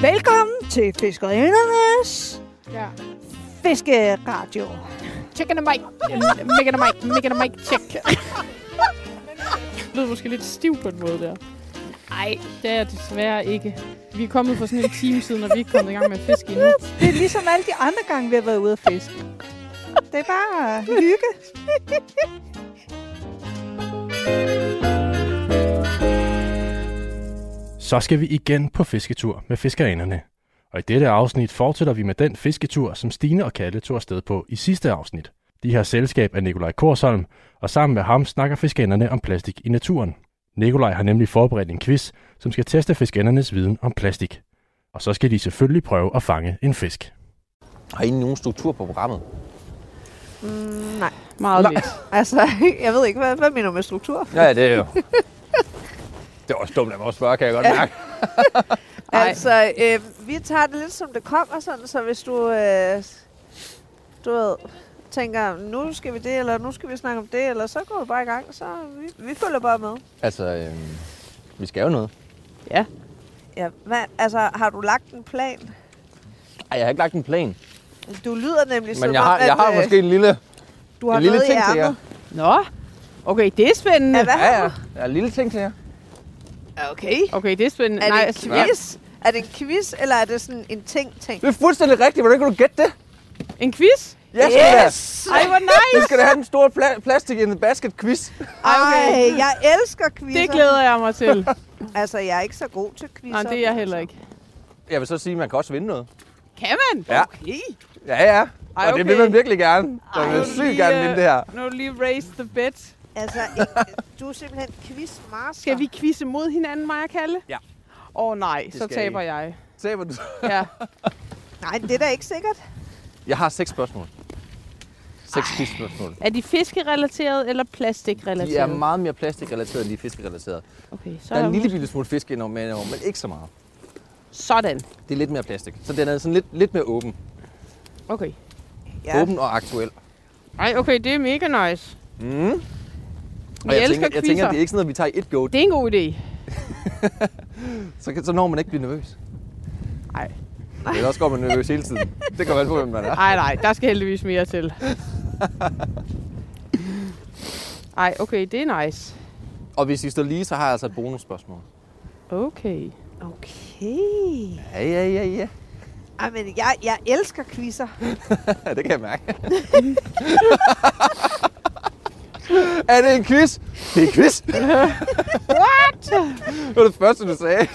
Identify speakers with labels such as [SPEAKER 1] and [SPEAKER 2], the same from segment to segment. [SPEAKER 1] Velkommen til Fiskerindernes
[SPEAKER 2] Ja.
[SPEAKER 1] Fiskeradio.
[SPEAKER 2] Chicken and Mike. Mega and Mike. Mega and Mike. Check. Det lyder måske lidt stiv på en måde der. Nej, det er jeg desværre ikke. Vi er kommet for sådan en time siden, og vi er ikke kommet i gang med at fiske endnu.
[SPEAKER 1] Det er ligesom alle de andre gange, vi har været ude at fiske. Det er bare hygge.
[SPEAKER 3] Så skal vi igen på fisketur med fiskerinderne. Og i dette afsnit fortsætter vi med den fisketur, som Stine og Kalle tog afsted på i sidste afsnit. De har selskab af Nikolaj Korsholm, og sammen med ham snakker fiskerinderne om plastik i naturen. Nikolaj har nemlig forberedt en quiz, som skal teste fiskerindernes viden om plastik. Og så skal de selvfølgelig prøve at fange en fisk.
[SPEAKER 4] Har I nogen struktur på programmet?
[SPEAKER 2] Meget lidt.
[SPEAKER 1] Altså, jeg ved ikke, hvad, hvad mener du med struktur?
[SPEAKER 4] Ja, det er jo. det var dumt af mig at spørge, kan jeg godt mærke.
[SPEAKER 2] Ej.
[SPEAKER 1] Altså, øh, vi tager det lidt som det kommer, sådan, så hvis du, øh, du ved, tænker, nu skal vi det, eller nu skal vi snakke om det, eller så går du bare i gang, så vi, vi følger bare med.
[SPEAKER 4] Altså, øhm, vi skal jo noget.
[SPEAKER 2] Ja.
[SPEAKER 1] Ja, hvad, altså, har du lagt en plan?
[SPEAKER 4] Ej, jeg har ikke lagt en plan.
[SPEAKER 1] Du lyder nemlig som
[SPEAKER 4] Men jeg
[SPEAKER 1] om,
[SPEAKER 4] har, jeg
[SPEAKER 1] at,
[SPEAKER 4] har
[SPEAKER 1] øh,
[SPEAKER 4] måske en lille,
[SPEAKER 1] du har
[SPEAKER 4] en lille
[SPEAKER 1] noget
[SPEAKER 4] ting
[SPEAKER 1] i
[SPEAKER 4] til jer.
[SPEAKER 1] ærmet.
[SPEAKER 2] Nå, okay, det er spændende.
[SPEAKER 1] Ja, hvad har
[SPEAKER 4] Ja,
[SPEAKER 1] du?
[SPEAKER 4] ja. Jeg har en lille ting til jer.
[SPEAKER 1] Okay.
[SPEAKER 2] Okay, det er spændende.
[SPEAKER 1] Er
[SPEAKER 2] Nej,
[SPEAKER 1] det en
[SPEAKER 2] altså,
[SPEAKER 1] quiz? Er det en quiz, eller er det sådan en ting-ting?
[SPEAKER 4] Det er fuldstændig rigtigt. Hvordan kan du gætte det?
[SPEAKER 2] En quiz?
[SPEAKER 4] Jeg skal yes! Have.
[SPEAKER 2] Ej, hvor nice.
[SPEAKER 4] Vi skal da have den store pla- plastik in the basket quiz.
[SPEAKER 1] Ej, jeg elsker quizzer.
[SPEAKER 2] Det glæder jeg mig til.
[SPEAKER 1] Altså, jeg er ikke så god til quizzer.
[SPEAKER 2] Nej, det er jeg heller ikke.
[SPEAKER 4] Jeg vil så sige, at man kan også vinde noget.
[SPEAKER 2] Kan man?
[SPEAKER 4] Ja.
[SPEAKER 2] Okay.
[SPEAKER 4] Ja, ja.
[SPEAKER 2] Ej,
[SPEAKER 4] Og det vil
[SPEAKER 2] okay.
[SPEAKER 4] man virkelig gerne. Man
[SPEAKER 2] Ej,
[SPEAKER 4] vil
[SPEAKER 2] nu er
[SPEAKER 4] sygt
[SPEAKER 2] lige,
[SPEAKER 4] gerne
[SPEAKER 2] øh,
[SPEAKER 4] vinde det her.
[SPEAKER 2] Nu er du lige raise the bet.
[SPEAKER 1] Altså, ikke- du er simpelthen quizmaster.
[SPEAKER 2] Skal vi quizze mod hinanden, mig og Kalle?
[SPEAKER 4] Ja.
[SPEAKER 2] Åh oh, nej, så
[SPEAKER 4] skal
[SPEAKER 2] taber
[SPEAKER 4] I.
[SPEAKER 2] jeg.
[SPEAKER 4] Se, hvor du...
[SPEAKER 2] Ja.
[SPEAKER 1] Nej, det er da ikke sikkert.
[SPEAKER 4] Jeg har seks spørgsmål. Seks quizspørgsmål.
[SPEAKER 2] Er de fiskerelateret eller plastikrelateret?
[SPEAKER 4] De er meget mere plastikrelateret, end de er fiskerelateret.
[SPEAKER 2] Okay, så
[SPEAKER 4] Der er en lille
[SPEAKER 2] lille...
[SPEAKER 4] bitte smule fisk indover, men, men ikke så meget.
[SPEAKER 2] Sådan.
[SPEAKER 4] Det er lidt mere plastik. Så den er sådan lidt, lidt mere åben.
[SPEAKER 2] Okay.
[SPEAKER 4] Ja. Åben og aktuel.
[SPEAKER 2] Ej, okay, det er mega nice.
[SPEAKER 4] Mm.
[SPEAKER 2] Vi
[SPEAKER 4] Og jeg,
[SPEAKER 2] elsker
[SPEAKER 4] tænker, jeg tænker,
[SPEAKER 2] quizzer.
[SPEAKER 4] det er ikke sådan noget, vi tager i et go.
[SPEAKER 2] Det er en god idé.
[SPEAKER 4] Så, kan- så når man ikke bliver nervøs.
[SPEAKER 2] Ej.
[SPEAKER 4] Eller også går man nervøs hele tiden. Det kommer an på, hvem man er.
[SPEAKER 2] Ej, nej, der skal heldigvis mere til. Ej, okay, det er nice.
[SPEAKER 4] Og hvis I står lige, så har jeg altså et bonusspørgsmål.
[SPEAKER 2] Okay.
[SPEAKER 1] Okay.
[SPEAKER 4] Ja, ja, ja, ja.
[SPEAKER 1] Ej, men jeg, jeg elsker quizzer.
[SPEAKER 4] Ja, det kan jeg mærke. er det en quiz? Det er en quiz. What? det var det første, du sagde.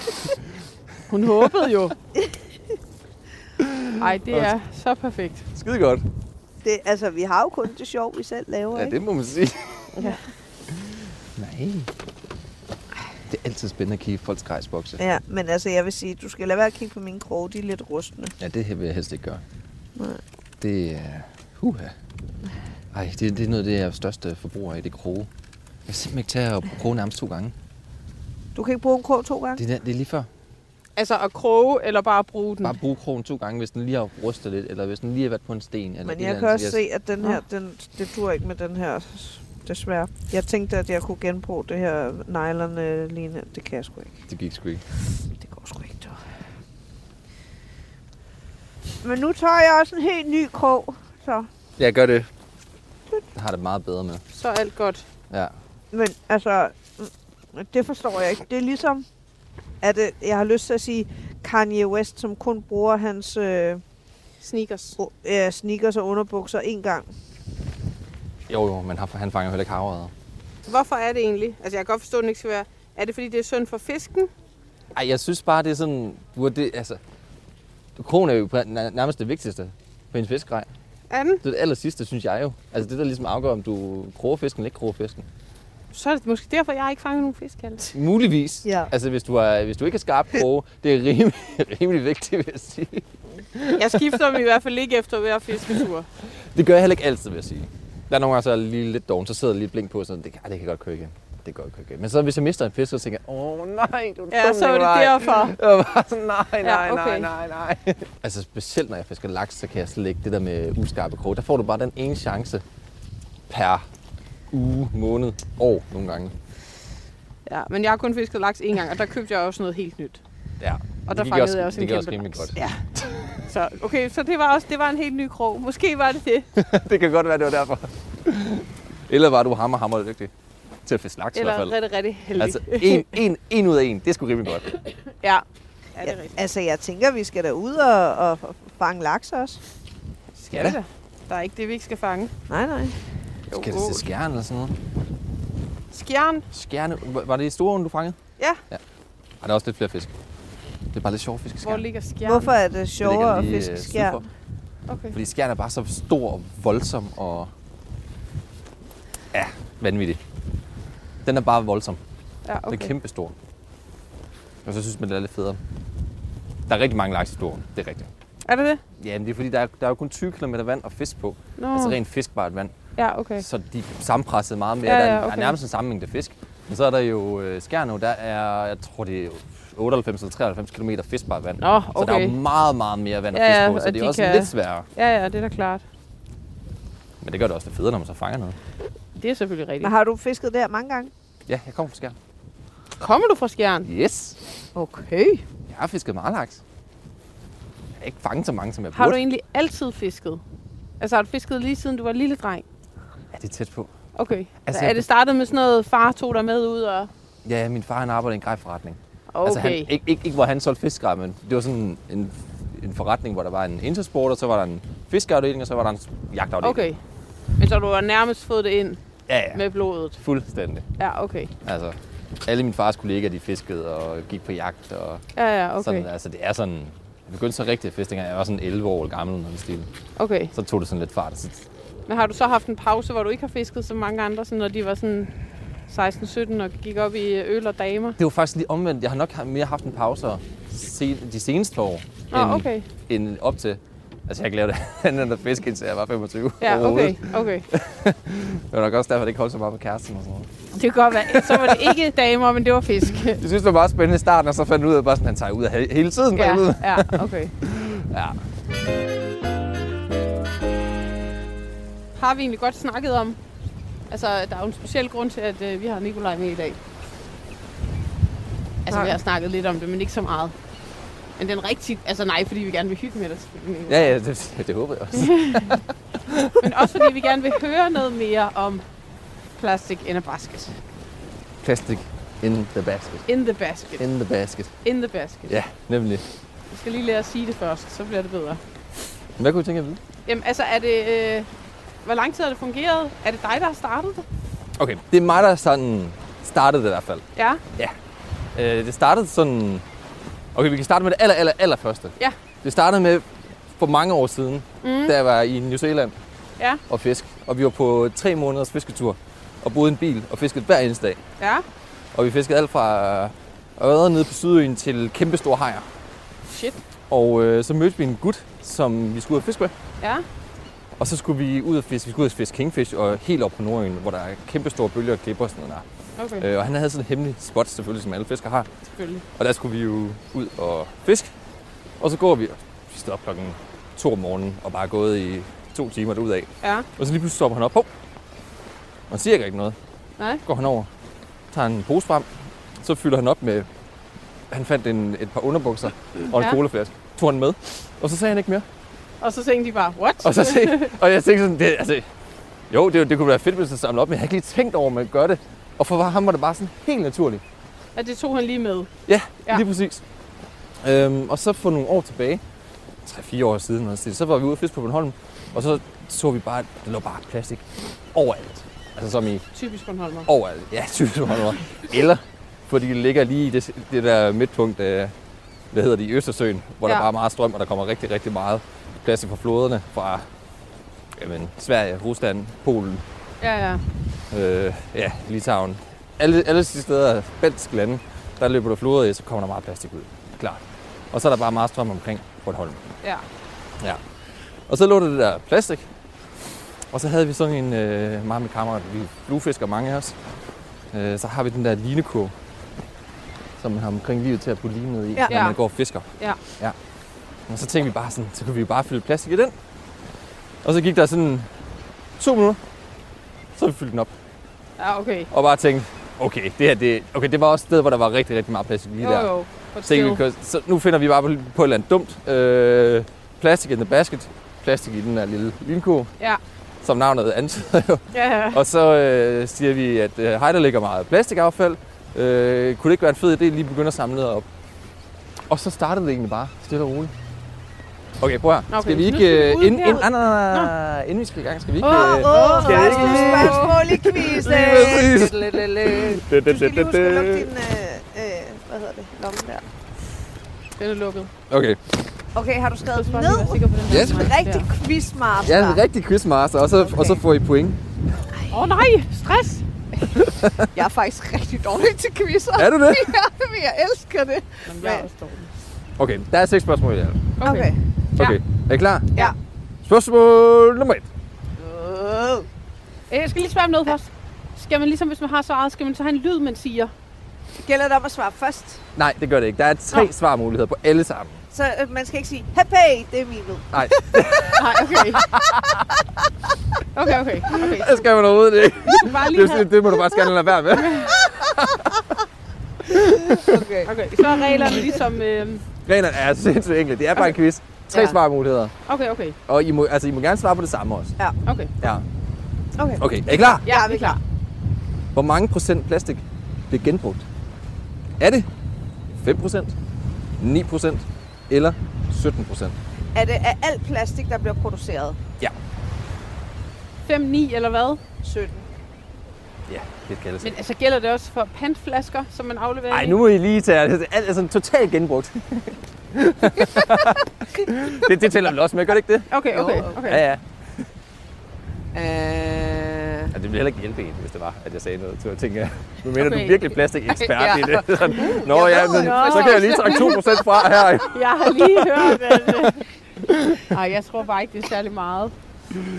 [SPEAKER 2] Hun håbede jo. Ej, det er så perfekt.
[SPEAKER 4] Skide godt.
[SPEAKER 1] Det, altså, vi har jo kun det sjov, vi selv laver,
[SPEAKER 4] Ja,
[SPEAKER 1] ikke?
[SPEAKER 4] det må man sige.
[SPEAKER 2] Ja.
[SPEAKER 4] Nej. Det er altid spændende at kigge i folks grejsbokse.
[SPEAKER 1] Ja, men altså, jeg vil sige, du skal lade være at kigge på mine kroge, de er lidt rustne.
[SPEAKER 4] Ja, det her vil jeg helst ikke gøre. Det er... Uh, Ej, det, det er noget af det, jeg er største forbruger af, det er kroge. Jeg kan simpelthen ikke tage at kroge nærmest to gange.
[SPEAKER 1] Du kan ikke bruge en krog to gange?
[SPEAKER 4] Det er, det er lige før.
[SPEAKER 2] Altså at kroge eller bare bruge den?
[SPEAKER 4] Bare bruge krogen to gange, hvis den lige har rustet lidt, eller hvis den lige har været på en sten. Eller
[SPEAKER 1] Men
[SPEAKER 4] et
[SPEAKER 1] jeg
[SPEAKER 4] eller
[SPEAKER 1] kan
[SPEAKER 4] andet,
[SPEAKER 1] også se,
[SPEAKER 4] jeg-
[SPEAKER 1] at den her, den, det dur ikke med den her, desværre. Jeg tænkte, at jeg kunne genbruge det her nylon øh, lignende. Det kan jeg sgu ikke.
[SPEAKER 4] Det gik sgu ikke.
[SPEAKER 1] Det går sgu ikke, dog. Men nu tager jeg også en helt ny krog, så.
[SPEAKER 4] Jeg gør det. Jeg har det meget bedre med.
[SPEAKER 2] Så er alt godt.
[SPEAKER 4] Ja.
[SPEAKER 1] Men altså, mm, det forstår jeg ikke. Det er ligesom, at øh, jeg har lyst til at sige Kanye West, som kun bruger hans øh,
[SPEAKER 2] Sneakers.
[SPEAKER 1] o- øh, sneakers og underbukser én gang.
[SPEAKER 4] Jo, jo, men han- han fanger jo heller ikke havrede.
[SPEAKER 2] Hvorfor er det egentlig? Altså, jeg kan godt forstå, at den ikke skal være... Er det, fordi det er synd for fisken?
[SPEAKER 4] Ej, jeg synes bare, det er sådan... Hvor det, altså, krogen er jo pr- nær- nærmest det vigtigste på en fiskegrej.
[SPEAKER 2] Er den?
[SPEAKER 4] Det er det aller sidste, synes jeg jo. Altså det, der ligesom afgør, om du kroger fisken eller ikke kroger fisken.
[SPEAKER 2] Så er det måske derfor, jeg har ikke fanget nogen fisk, Kalle.
[SPEAKER 4] Muligvis.
[SPEAKER 1] Ja.
[SPEAKER 4] Altså hvis du, er, hvis du ikke er skarp kroge, det er rimelig, rimelig vigtigt, vil jeg sige.
[SPEAKER 2] Jeg skifter dem i hvert fald ikke efter hver fisketur.
[SPEAKER 4] Det gør jeg heller ikke altid, vil jeg sige. Der er nogle gange, så er jeg lige lidt doven, så sidder jeg lige blink på, sådan, det, kan- ej, det kan godt køre igen. Det kan godt køre igen. Men så hvis jeg mister en fisk, så tænker jeg, åh nej, du er
[SPEAKER 2] Ja,
[SPEAKER 4] dum,
[SPEAKER 2] så er det
[SPEAKER 4] Nikolaj."
[SPEAKER 2] derfor.
[SPEAKER 4] Jeg var bare sådan, nej, nej,
[SPEAKER 2] Ja, okay.
[SPEAKER 4] nej, nej, nej. Altså specielt når jeg fisker laks, så kan jeg slet ikke det der med uskarpe krog. Der får du bare den ene chance per uge, måned, år nogle gange.
[SPEAKER 2] Ja, men jeg har kun fisket laks én gang, og der købte jeg også noget helt nyt.
[SPEAKER 4] Ja.
[SPEAKER 1] Og
[SPEAKER 4] Det
[SPEAKER 1] der
[SPEAKER 4] gik
[SPEAKER 1] fangede
[SPEAKER 4] også-
[SPEAKER 1] jeg også
[SPEAKER 4] det
[SPEAKER 1] en
[SPEAKER 4] gik
[SPEAKER 1] kæmpe
[SPEAKER 4] også rimelig
[SPEAKER 1] laks.
[SPEAKER 4] godt.
[SPEAKER 1] Ja. Så, okay, så det var også det var en helt ny krog. Måske var det det.
[SPEAKER 4] det kan godt være, det var derfor. Eller var du hammer, hammer dygtig til at fiske laks i hvert
[SPEAKER 1] Eller
[SPEAKER 4] fald.
[SPEAKER 1] rigtig, rigtig heldig.
[SPEAKER 4] Altså, en, en, en ud af en. Det skulle rimelig godt.
[SPEAKER 1] ja. ja, det er rigtigt. Altså, jeg tænker, vi skal derud og, og fange laks også.
[SPEAKER 4] Skal det?
[SPEAKER 5] Der er ikke det, vi ikke skal fange.
[SPEAKER 1] Nej, nej.
[SPEAKER 4] Skal det til skjern eller sådan noget?
[SPEAKER 5] Skjern.
[SPEAKER 4] Skjerne. Var- Var det i Storåen, du fangede?
[SPEAKER 1] Ja.
[SPEAKER 4] ja. Ej, der er også lidt flere fisk. Det er bare lidt sjovt fisk i
[SPEAKER 2] Hvor
[SPEAKER 4] skjern.
[SPEAKER 2] ligger skjern?
[SPEAKER 1] Hvorfor er det
[SPEAKER 4] Det ligger
[SPEAKER 1] sjovere at
[SPEAKER 4] lige, øh,
[SPEAKER 1] fiske skjern?
[SPEAKER 4] sydfor.
[SPEAKER 2] Okay.
[SPEAKER 4] Fordi skjern er bare så stor og voldsom og... Ja, vanvittig. Den er bare voldsom.
[SPEAKER 2] Ja,
[SPEAKER 4] Okay. Den er
[SPEAKER 2] okay.
[SPEAKER 4] kæmpe stor. Og så synes man, det er lidt federe. Der er rigtig mange laks i Storåen, det er rigtigt.
[SPEAKER 2] Er det det?
[SPEAKER 4] Jamen, det er fordi, der er, der er jo kun 20 km vand at fiske på.
[SPEAKER 2] Nå.
[SPEAKER 4] Altså rent fiskbart vand.
[SPEAKER 2] Ja, okay.
[SPEAKER 4] Så de er sammenpresset meget mere.
[SPEAKER 2] Ja,
[SPEAKER 4] Ja,
[SPEAKER 2] ja,
[SPEAKER 4] ja, okay. Der er
[SPEAKER 2] okay.
[SPEAKER 4] nærmest en samme mængde fisk. Men så er der jo øh, Skjernå, der er, jeg tror det er 98 eller 93 km fiskbart vand.
[SPEAKER 2] Nå,
[SPEAKER 4] Så der er
[SPEAKER 2] okay.
[SPEAKER 4] jo meget, meget mere vand at
[SPEAKER 2] Ja,
[SPEAKER 4] fiske
[SPEAKER 2] ja,
[SPEAKER 4] på, så
[SPEAKER 2] og
[SPEAKER 4] det er
[SPEAKER 2] de
[SPEAKER 4] også
[SPEAKER 2] kan-
[SPEAKER 4] lidt sværere.
[SPEAKER 2] Ja, ja, det er da klart.
[SPEAKER 4] Men det gør det også lidt federe, når man så fanger noget.
[SPEAKER 2] Det er selvfølgelig rigtigt.
[SPEAKER 1] Men har du fisket der mange gange?
[SPEAKER 4] Ja, jeg kommer fra Skjern.
[SPEAKER 5] Kommer du fra skjern?
[SPEAKER 4] Yes!
[SPEAKER 1] Okay.
[SPEAKER 4] Jeg har fisket meget laks. Jeg har ikke fanget så mange, som jeg
[SPEAKER 2] Har du
[SPEAKER 4] burde.
[SPEAKER 2] egentlig altid fisket? Altså har du fisket lige siden du var lille dreng?
[SPEAKER 4] Ja, det er tæt på.
[SPEAKER 2] Okay.
[SPEAKER 4] Altså,
[SPEAKER 2] Altså, er
[SPEAKER 4] jeg-
[SPEAKER 2] det startet med sådan noget, far tog dig med ud og...
[SPEAKER 4] Ja, min far han arbejder i en grejforretning.
[SPEAKER 2] Okay.
[SPEAKER 4] Altså, han, ikke, ikke, ikke, hvor han solgte fiskegrej, men det var sådan en, en forretning, hvor der var en intersport, og så var der en fiskeafdeling, og så var der en jagtafdeling.
[SPEAKER 2] okay. Men så du har nærmest fået det ind
[SPEAKER 4] Ja, ja.
[SPEAKER 2] med blodet.
[SPEAKER 4] Fuldstændig.
[SPEAKER 2] Ja, okay.
[SPEAKER 4] Altså, alle mine fars kollegaer, de fiskede og gik på jagt. Og
[SPEAKER 2] Ja, ja,
[SPEAKER 4] sådan,
[SPEAKER 2] okay.
[SPEAKER 4] altså, det er sådan... Jeg begyndte så rigtig at fiske, dengang jeg var sådan 11 år gammel, eller noget i den stil.
[SPEAKER 2] Okay.
[SPEAKER 4] Så tog det sådan lidt fart. Så,
[SPEAKER 2] Men har du så haft en pause, hvor du ikke har fisket som mange andre, sådan, når de var sådan 16-17 og gik op i øl og damer?
[SPEAKER 4] det var faktisk lige omvendt. Jeg har nok mere haft en pause se, de seneste år,
[SPEAKER 2] Nå,
[SPEAKER 4] end,
[SPEAKER 2] okay.
[SPEAKER 4] end op til. Altså, jeg har ikke lavet andet end at fiske, indtil jeg var 25
[SPEAKER 2] Ja, okay,
[SPEAKER 4] overhovedet.
[SPEAKER 2] okay.
[SPEAKER 4] Det var nok også derfor, det ikke holdt så meget med kæresten og sådan noget.
[SPEAKER 2] Det kan godt være. Så var det ikke damer, men det var fisk.
[SPEAKER 4] Jeg synes, det var meget spændende i starten, og så fandt jeg ud af, at bare sådan, han tager ud af he- hele tiden.
[SPEAKER 2] Ja,
[SPEAKER 4] bagud.
[SPEAKER 2] ja, okay.
[SPEAKER 4] ja.
[SPEAKER 2] Har vi egentlig godt snakket om? Altså, der er jo en speciel grund til, at øh, vi har Nikolaj med i dag. Altså,
[SPEAKER 1] Nej.
[SPEAKER 2] vi har snakket lidt om det, men ikke så meget. Men den rigtige... Altså, nej, fordi vi gerne vil hygge med dig, selvfølgelig. Nicolaj.
[SPEAKER 4] ja, ja det, det håber jeg også.
[SPEAKER 2] Men også fordi vi gerne vil høre noget mere om plastic in a basket.
[SPEAKER 4] Plastic in the basket.
[SPEAKER 2] In the basket.
[SPEAKER 4] In the basket.
[SPEAKER 2] In the basket.
[SPEAKER 4] Ja, nemlig.
[SPEAKER 2] Vi skal lige lære at sige det først, så bliver det bedre.
[SPEAKER 4] Hvad kunne du tænke at vide?
[SPEAKER 2] Jamen, altså, er det... Øh, hvor lang tid har det fungeret? Er det dig, der har startet det?
[SPEAKER 4] Okay, det er mig, der sådan startede det i hvert fald.
[SPEAKER 2] Ja.
[SPEAKER 4] Øh, det startede sådan... Okay, vi kan starte med det aller, aller, aller første.
[SPEAKER 2] Ja.
[SPEAKER 4] Det startede med for mange år siden, mm. da jeg var i New Zealand
[SPEAKER 2] Ja.
[SPEAKER 4] og fisk. Og vi var på tre måneders fisketur og boede i en bil og fiskede hver eneste dag.
[SPEAKER 2] Ja.
[SPEAKER 4] Og vi fiskede alt fra ører nede på Sydøen til kæmpe store hajer.
[SPEAKER 2] Shit.
[SPEAKER 4] Og øh, så mødte vi en gut, som vi skulle ud og fiske med.
[SPEAKER 2] Ja.
[SPEAKER 4] Og så skulle vi ud og fiske, vi skulle ud og fiske kingfish og helt op på Nordøen, hvor der er kæmpe store bølger og klipper og sådan noget
[SPEAKER 2] Okay,
[SPEAKER 4] der. Øh, og han havde sådan et hemmeligt spot selvfølgelig, som alle fiskere har.
[SPEAKER 2] selvfølgelig.
[SPEAKER 4] Og der skulle vi jo ud og fiske. Og så går vi, vi stod op klokken 2 om morgenen og bare er gået i to timer derudad.
[SPEAKER 2] Ja.
[SPEAKER 4] Og så lige pludselig stopper han op. Hov! Og han siger ikke rigtig noget.
[SPEAKER 2] Nej.
[SPEAKER 4] Så går han over, tager en pose frem, så fylder han op med, han fandt en, et par underbukser og en
[SPEAKER 2] Ja.
[SPEAKER 4] ja. colaflaske. Tog han med, og så sagde han ikke mere.
[SPEAKER 2] Og så tænkte de bare, what?
[SPEAKER 4] Og, så tænkte, og jeg tænkte sådan, det, altså, jo, det, det kunne være fedt, hvis han samlede op, men jeg havde ikke lige tænkt over, at man gør det. Og for ham var det bare sådan helt naturligt.
[SPEAKER 2] At det tog han lige med.
[SPEAKER 4] Ja,
[SPEAKER 2] Ja.
[SPEAKER 4] ja. lige præcis. Øhm, og så for nogle år tilbage, 3-4 år siden, eller sådan, så var vi ude at fiske på Bornholm, og så så vi bare, at der lå bare plastik overalt. Altså som i
[SPEAKER 2] Typisk Bornholmer.
[SPEAKER 4] overalt. Ja, typisk Bornholm. Eller fordi det ligger lige i det, det der midtpunkt, øh, hvad hedder det, i Østersøen, hvor
[SPEAKER 2] Ja.
[SPEAKER 4] der bare er meget strøm, og der kommer rigtig, rigtig meget plastik fra floderne, fra jamen, Sverige, Rusland, Polen,
[SPEAKER 2] Ja, ja.
[SPEAKER 4] øh, ja, Litauen. Alle, alle de steder, baltiske lande, der løber der floder i, så kommer der meget plastik ud. Klart. Og så er der bare meget strøm omkring Bornholm.
[SPEAKER 2] Ja.
[SPEAKER 4] Ja. Og så lå der det der plastik. Og så havde vi sådan en, øh, meget med kammerat, vi fluefisker mange af os. Øh, så har vi den der linekurv, som man har omkring livet til at putte line ned i,
[SPEAKER 1] Ja.
[SPEAKER 4] når man går og fisker.
[SPEAKER 2] Ja.
[SPEAKER 4] ja. Og så tænkte vi bare sådan, så kunne vi jo bare fylde plastik i den. Og så gik der sådan to minutter, så havde vi fyldte den op.
[SPEAKER 2] Ja, okay.
[SPEAKER 4] Og bare tænkte, okay, det her, det, okay, det var også et sted, hvor der var rigtig, rigtig meget plastik lige
[SPEAKER 2] Jo,
[SPEAKER 4] der.
[SPEAKER 2] jo. But
[SPEAKER 4] Still.
[SPEAKER 2] still.
[SPEAKER 4] Because, så nu finder vi bare på, på et eller andet dumt. Øh, plastik in the basket. Plastik i den her lille lynko.
[SPEAKER 5] Ja.
[SPEAKER 4] Som navnet antyder jo.
[SPEAKER 5] Ja, ja.
[SPEAKER 4] Og så øh, siger vi, at øh, hej, der ligger meget plastikaffald. Øh, kunne det ikke være en fed idé lige at begynde at samle noget op? Og så startede det egentlig bare stille og roligt. Okay, prøv her.
[SPEAKER 5] Okay,
[SPEAKER 4] skal vi
[SPEAKER 5] så nu
[SPEAKER 4] ikke...
[SPEAKER 5] skal vi
[SPEAKER 4] øh,
[SPEAKER 5] ud
[SPEAKER 4] Inden,
[SPEAKER 5] her.
[SPEAKER 4] inden, nej, nej, nej, nej. inden vi skal i gang, skal vi ikke...
[SPEAKER 1] Åh,
[SPEAKER 4] øh,
[SPEAKER 1] åh,
[SPEAKER 4] skal jeg
[SPEAKER 1] Rasmus,
[SPEAKER 4] ikke-
[SPEAKER 1] spørgsmål i quizzen.
[SPEAKER 4] Lige præcis.
[SPEAKER 1] Lidt, lidt, lidt.
[SPEAKER 4] Det,
[SPEAKER 1] Du skal lige huske at lukke din, øh, øh, hvad hedder det, lomme der.
[SPEAKER 2] Den er lukket.
[SPEAKER 4] Okay,
[SPEAKER 1] Okay, har du skrevet
[SPEAKER 2] Jeg
[SPEAKER 1] den
[SPEAKER 2] tror,
[SPEAKER 1] ned?
[SPEAKER 2] jeg er sikker på den der.
[SPEAKER 4] Yes.
[SPEAKER 2] snak
[SPEAKER 1] Rigtig
[SPEAKER 2] der.
[SPEAKER 1] quizmaster.
[SPEAKER 4] jeg er en rigtig quizmaster, og så, okay. og så får I point.
[SPEAKER 2] Åh oh, nej, stress!
[SPEAKER 1] Jeg er faktisk rigtig dårlig til quizzer.
[SPEAKER 4] Er du det?
[SPEAKER 1] Men jeg elsker det.
[SPEAKER 2] Jamen, jeg er også dårlig.
[SPEAKER 4] Okay, der er seks spørgsmål i alt.
[SPEAKER 1] Okay. okay.
[SPEAKER 4] Okay, er I klar?
[SPEAKER 1] Ja.
[SPEAKER 4] Spørgsmål nummer et.
[SPEAKER 1] Øh,
[SPEAKER 2] Øh, Jeg skal lige spørge om noget først. Skal man ligesom, hvis man har svaret, skal man så have en lyd, man siger?
[SPEAKER 1] Gælder det om at svare først?
[SPEAKER 4] Nej, det gør det ikke. Der er tre
[SPEAKER 2] Nå.
[SPEAKER 4] svarmuligheder på alle sammen.
[SPEAKER 1] Så øh, man skal ikke sige, hey, hey det er min lyd.
[SPEAKER 4] Nej,
[SPEAKER 2] Nej, okay. Okay, okay. okay.
[SPEAKER 4] der skal man overhovedet ikke.
[SPEAKER 2] Bare lige her.
[SPEAKER 4] Det, det må du bare skal lade være med.
[SPEAKER 1] Okay.
[SPEAKER 2] Okay, så er reglerne ligesom... Øh...
[SPEAKER 4] Reglerne er sindssygt enkle. Det er bare en quiz. Tre
[SPEAKER 1] Ja.
[SPEAKER 4] ja. svarmuligheder.
[SPEAKER 2] Okay, okay.
[SPEAKER 4] Og I må, altså, I må gerne svare på det samme også.
[SPEAKER 2] Okay,
[SPEAKER 4] Ja.
[SPEAKER 1] Okay.
[SPEAKER 4] Okay, er I klar?
[SPEAKER 2] ja, vi er klar.
[SPEAKER 4] Hvor mange procent plastik bliver genbrugt? Er det 5 procent, 9 procent eller 17 procent?
[SPEAKER 1] Er det af alt plastik, der bliver produceret?
[SPEAKER 2] 5-9 eller hvad?
[SPEAKER 1] 17.
[SPEAKER 4] Ja, det kaldes.
[SPEAKER 2] Men altså gælder det også for pantflasker, som man afleverer
[SPEAKER 4] Nej,
[SPEAKER 2] i?
[SPEAKER 4] nu må I lige tage det. Alt er sådan totalt genbrugt. det, det tæller vel også med, gør det ikke det?
[SPEAKER 2] Okay, okay,
[SPEAKER 1] Jo,
[SPEAKER 2] okay.
[SPEAKER 4] Ja, ja.
[SPEAKER 1] Øh,
[SPEAKER 4] Ja, det ville heller ikke hjælpe en, hvis det var, at jeg sagde noget. Så jeg tænker, jeg, nu mener okay.
[SPEAKER 2] Okay.
[SPEAKER 4] du virkelig plastikekspert
[SPEAKER 2] Ja.
[SPEAKER 4] i det. Sådan, Nå
[SPEAKER 1] Jeg
[SPEAKER 4] ja,
[SPEAKER 1] ved
[SPEAKER 4] men,
[SPEAKER 1] det.
[SPEAKER 4] så kan jeg lige trække 2% fra her.
[SPEAKER 2] Jeg har lige hørt, at... øh, Ej, jeg tror bare ikke, det er særlig meget.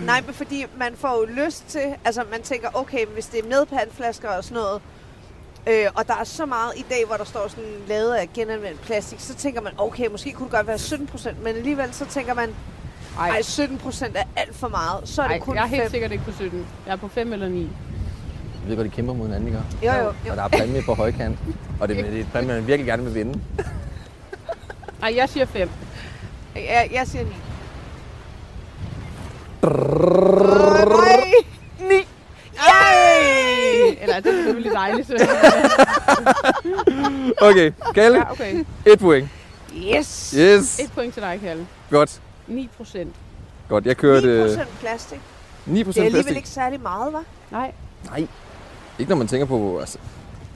[SPEAKER 1] Nej, men fordi man får jo lyst til, altså man tænker, okay, men hvis det er med pandflasker og sådan noget, øh, og der er så meget i dag, hvor der står sådan lavet af genanvendt plastik, så tænker man, okay, måske kunne det godt være 17 procent, men alligevel så tænker man,
[SPEAKER 2] Ej,
[SPEAKER 1] nej, 17 procent er alt for meget, så er det
[SPEAKER 2] Ej,
[SPEAKER 1] kun
[SPEAKER 2] jeg er helt
[SPEAKER 1] 5.
[SPEAKER 2] sikkert ikke på 17. Jeg er på 5 eller 9.
[SPEAKER 4] Jeg ved godt, de kæmper mod hinanden, ikke?
[SPEAKER 1] Jo, jo, jo.
[SPEAKER 4] Og der er præmie på højkant. Og det, det er et præmie, man virkelig gerne vil vinde.
[SPEAKER 2] Ej, jeg siger 5.
[SPEAKER 1] Jeg, jeg siger 9. Nej, 9. Yay!
[SPEAKER 2] Eller det er selvfølgelig dejligt, så...
[SPEAKER 4] Okay, Kalle,
[SPEAKER 2] Ja, okay.
[SPEAKER 4] et point.
[SPEAKER 1] Yes!
[SPEAKER 4] Yes,
[SPEAKER 2] Et point til dig, Kalle.
[SPEAKER 4] godt.
[SPEAKER 2] 9 procent.
[SPEAKER 4] Godt, jeg
[SPEAKER 1] 9
[SPEAKER 4] kørte øh, 9%
[SPEAKER 1] procent plastik. Det er alligevel
[SPEAKER 4] plastik.
[SPEAKER 1] ikke særlig meget, hva'?
[SPEAKER 2] Nej.
[SPEAKER 4] Nej, ikke når man tænker på... Altså,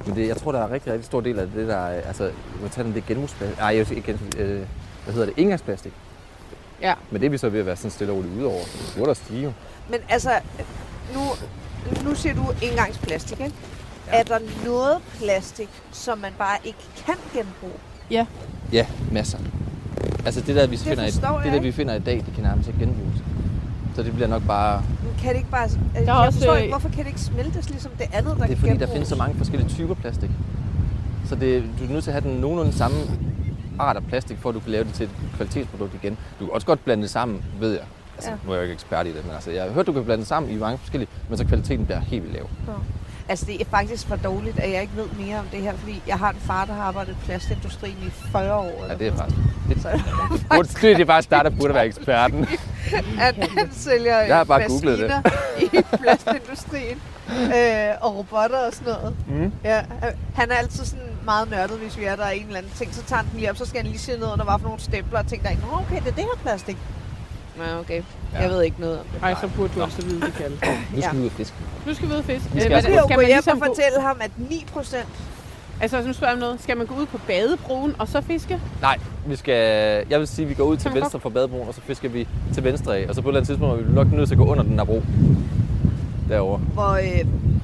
[SPEAKER 4] men det, jeg tror, der er en rigtig, rigtig stor del af det, der er... Altså, man tager den det genbrugsplastik. Nej, jeg vil sige ikke genbrugs... Øh, hvad hedder det? Engangsplastik.
[SPEAKER 2] Ja.
[SPEAKER 4] Men det er vi så ved at være sådan stille og roligt udover. Det burde også stige jo.
[SPEAKER 1] Men altså, nu, nu siger du engangsplastik, ikke?
[SPEAKER 4] Ja.
[SPEAKER 1] Ja. Er der noget plastik, som man bare ikke kan genbruge?
[SPEAKER 4] Ja, masser. Altså det der, vi finder, i,
[SPEAKER 1] forstår jeg
[SPEAKER 4] det der,
[SPEAKER 1] ikke.
[SPEAKER 4] vi finder i dag, det kan nærmest ikke genbruges. Så det bliver nok bare...
[SPEAKER 1] Men Kan det ikke bare...
[SPEAKER 2] Der
[SPEAKER 1] Der
[SPEAKER 2] er
[SPEAKER 1] jeg
[SPEAKER 2] også,
[SPEAKER 1] også, forstår
[SPEAKER 2] øh,
[SPEAKER 1] ikke, hvorfor kan det ikke smeltes ligesom det andet, der
[SPEAKER 4] det
[SPEAKER 1] kan
[SPEAKER 4] er fordi, der
[SPEAKER 1] genbruges?
[SPEAKER 4] findes så mange forskellige typer plastik. Så det, du er nødt til at have den nogenlunde samme art af plastik, for at du kan lave det til et kvalitetsprodukt igen. Du kan også godt blande det sammen, ved jeg. Altså,
[SPEAKER 1] Ja.
[SPEAKER 4] ja. nu er jeg jo ikke ekspert i det, men altså, jeg har hørt, du kan blande det sammen i mange forskellige, men så kvaliteten bliver helt vildt lav.
[SPEAKER 1] Altså, det er faktisk for dårligt, at jeg ikke ved mere om det her, fordi jeg har en far, der har arbejdet i plastindustrien i 40 år.
[SPEAKER 4] Ja,
[SPEAKER 1] eller
[SPEAKER 4] det er
[SPEAKER 1] sådan
[SPEAKER 4] faktisk... Det,
[SPEAKER 1] Så er det
[SPEAKER 4] burde, det er det faktisk dig, der burde være eksperten.
[SPEAKER 1] noget. at han sælger
[SPEAKER 4] Jeg har bare
[SPEAKER 1] øh,
[SPEAKER 4] googlet det.
[SPEAKER 1] maskiner i plastindustrien øh, og robotter og sådan noget.
[SPEAKER 4] Mm.
[SPEAKER 1] Ja, øh, han er altid sådan meget nørdet, hvis vi er der er en eller anden ting. Så tager han den lige op, så skal han lige se ned under, hvad for nogle stempler og ting, der er ikke. Nå, okay, det er det her plastik. Nå, okay.
[SPEAKER 4] Ja.
[SPEAKER 1] Jeg ved ikke noget om det.
[SPEAKER 2] Ej, så burde du også vide det, Kalle.
[SPEAKER 4] Nu skal vi ud og fiske.
[SPEAKER 2] Nu skal vi ud og fiske.
[SPEAKER 4] Vi skal
[SPEAKER 2] Øh,
[SPEAKER 4] også
[SPEAKER 2] men
[SPEAKER 1] Jeg skal jo
[SPEAKER 2] skal
[SPEAKER 1] gå
[SPEAKER 2] man
[SPEAKER 1] hjem
[SPEAKER 2] ligesom
[SPEAKER 1] og fortælle ham, at 9%
[SPEAKER 2] Gå, altså, nu spørger jeg om noget. Skal man gå ud på badebroen og så fiske?
[SPEAKER 4] Nej, vi skal, jeg vil sige, at vi går ud til
[SPEAKER 2] Kan man
[SPEAKER 4] venstre for badebroen, og så fisker vi til venstre af. Og så på et eller andet tidspunkt er vi nok nødt til at gå under den her bro. Derovre.
[SPEAKER 1] hvor, øh,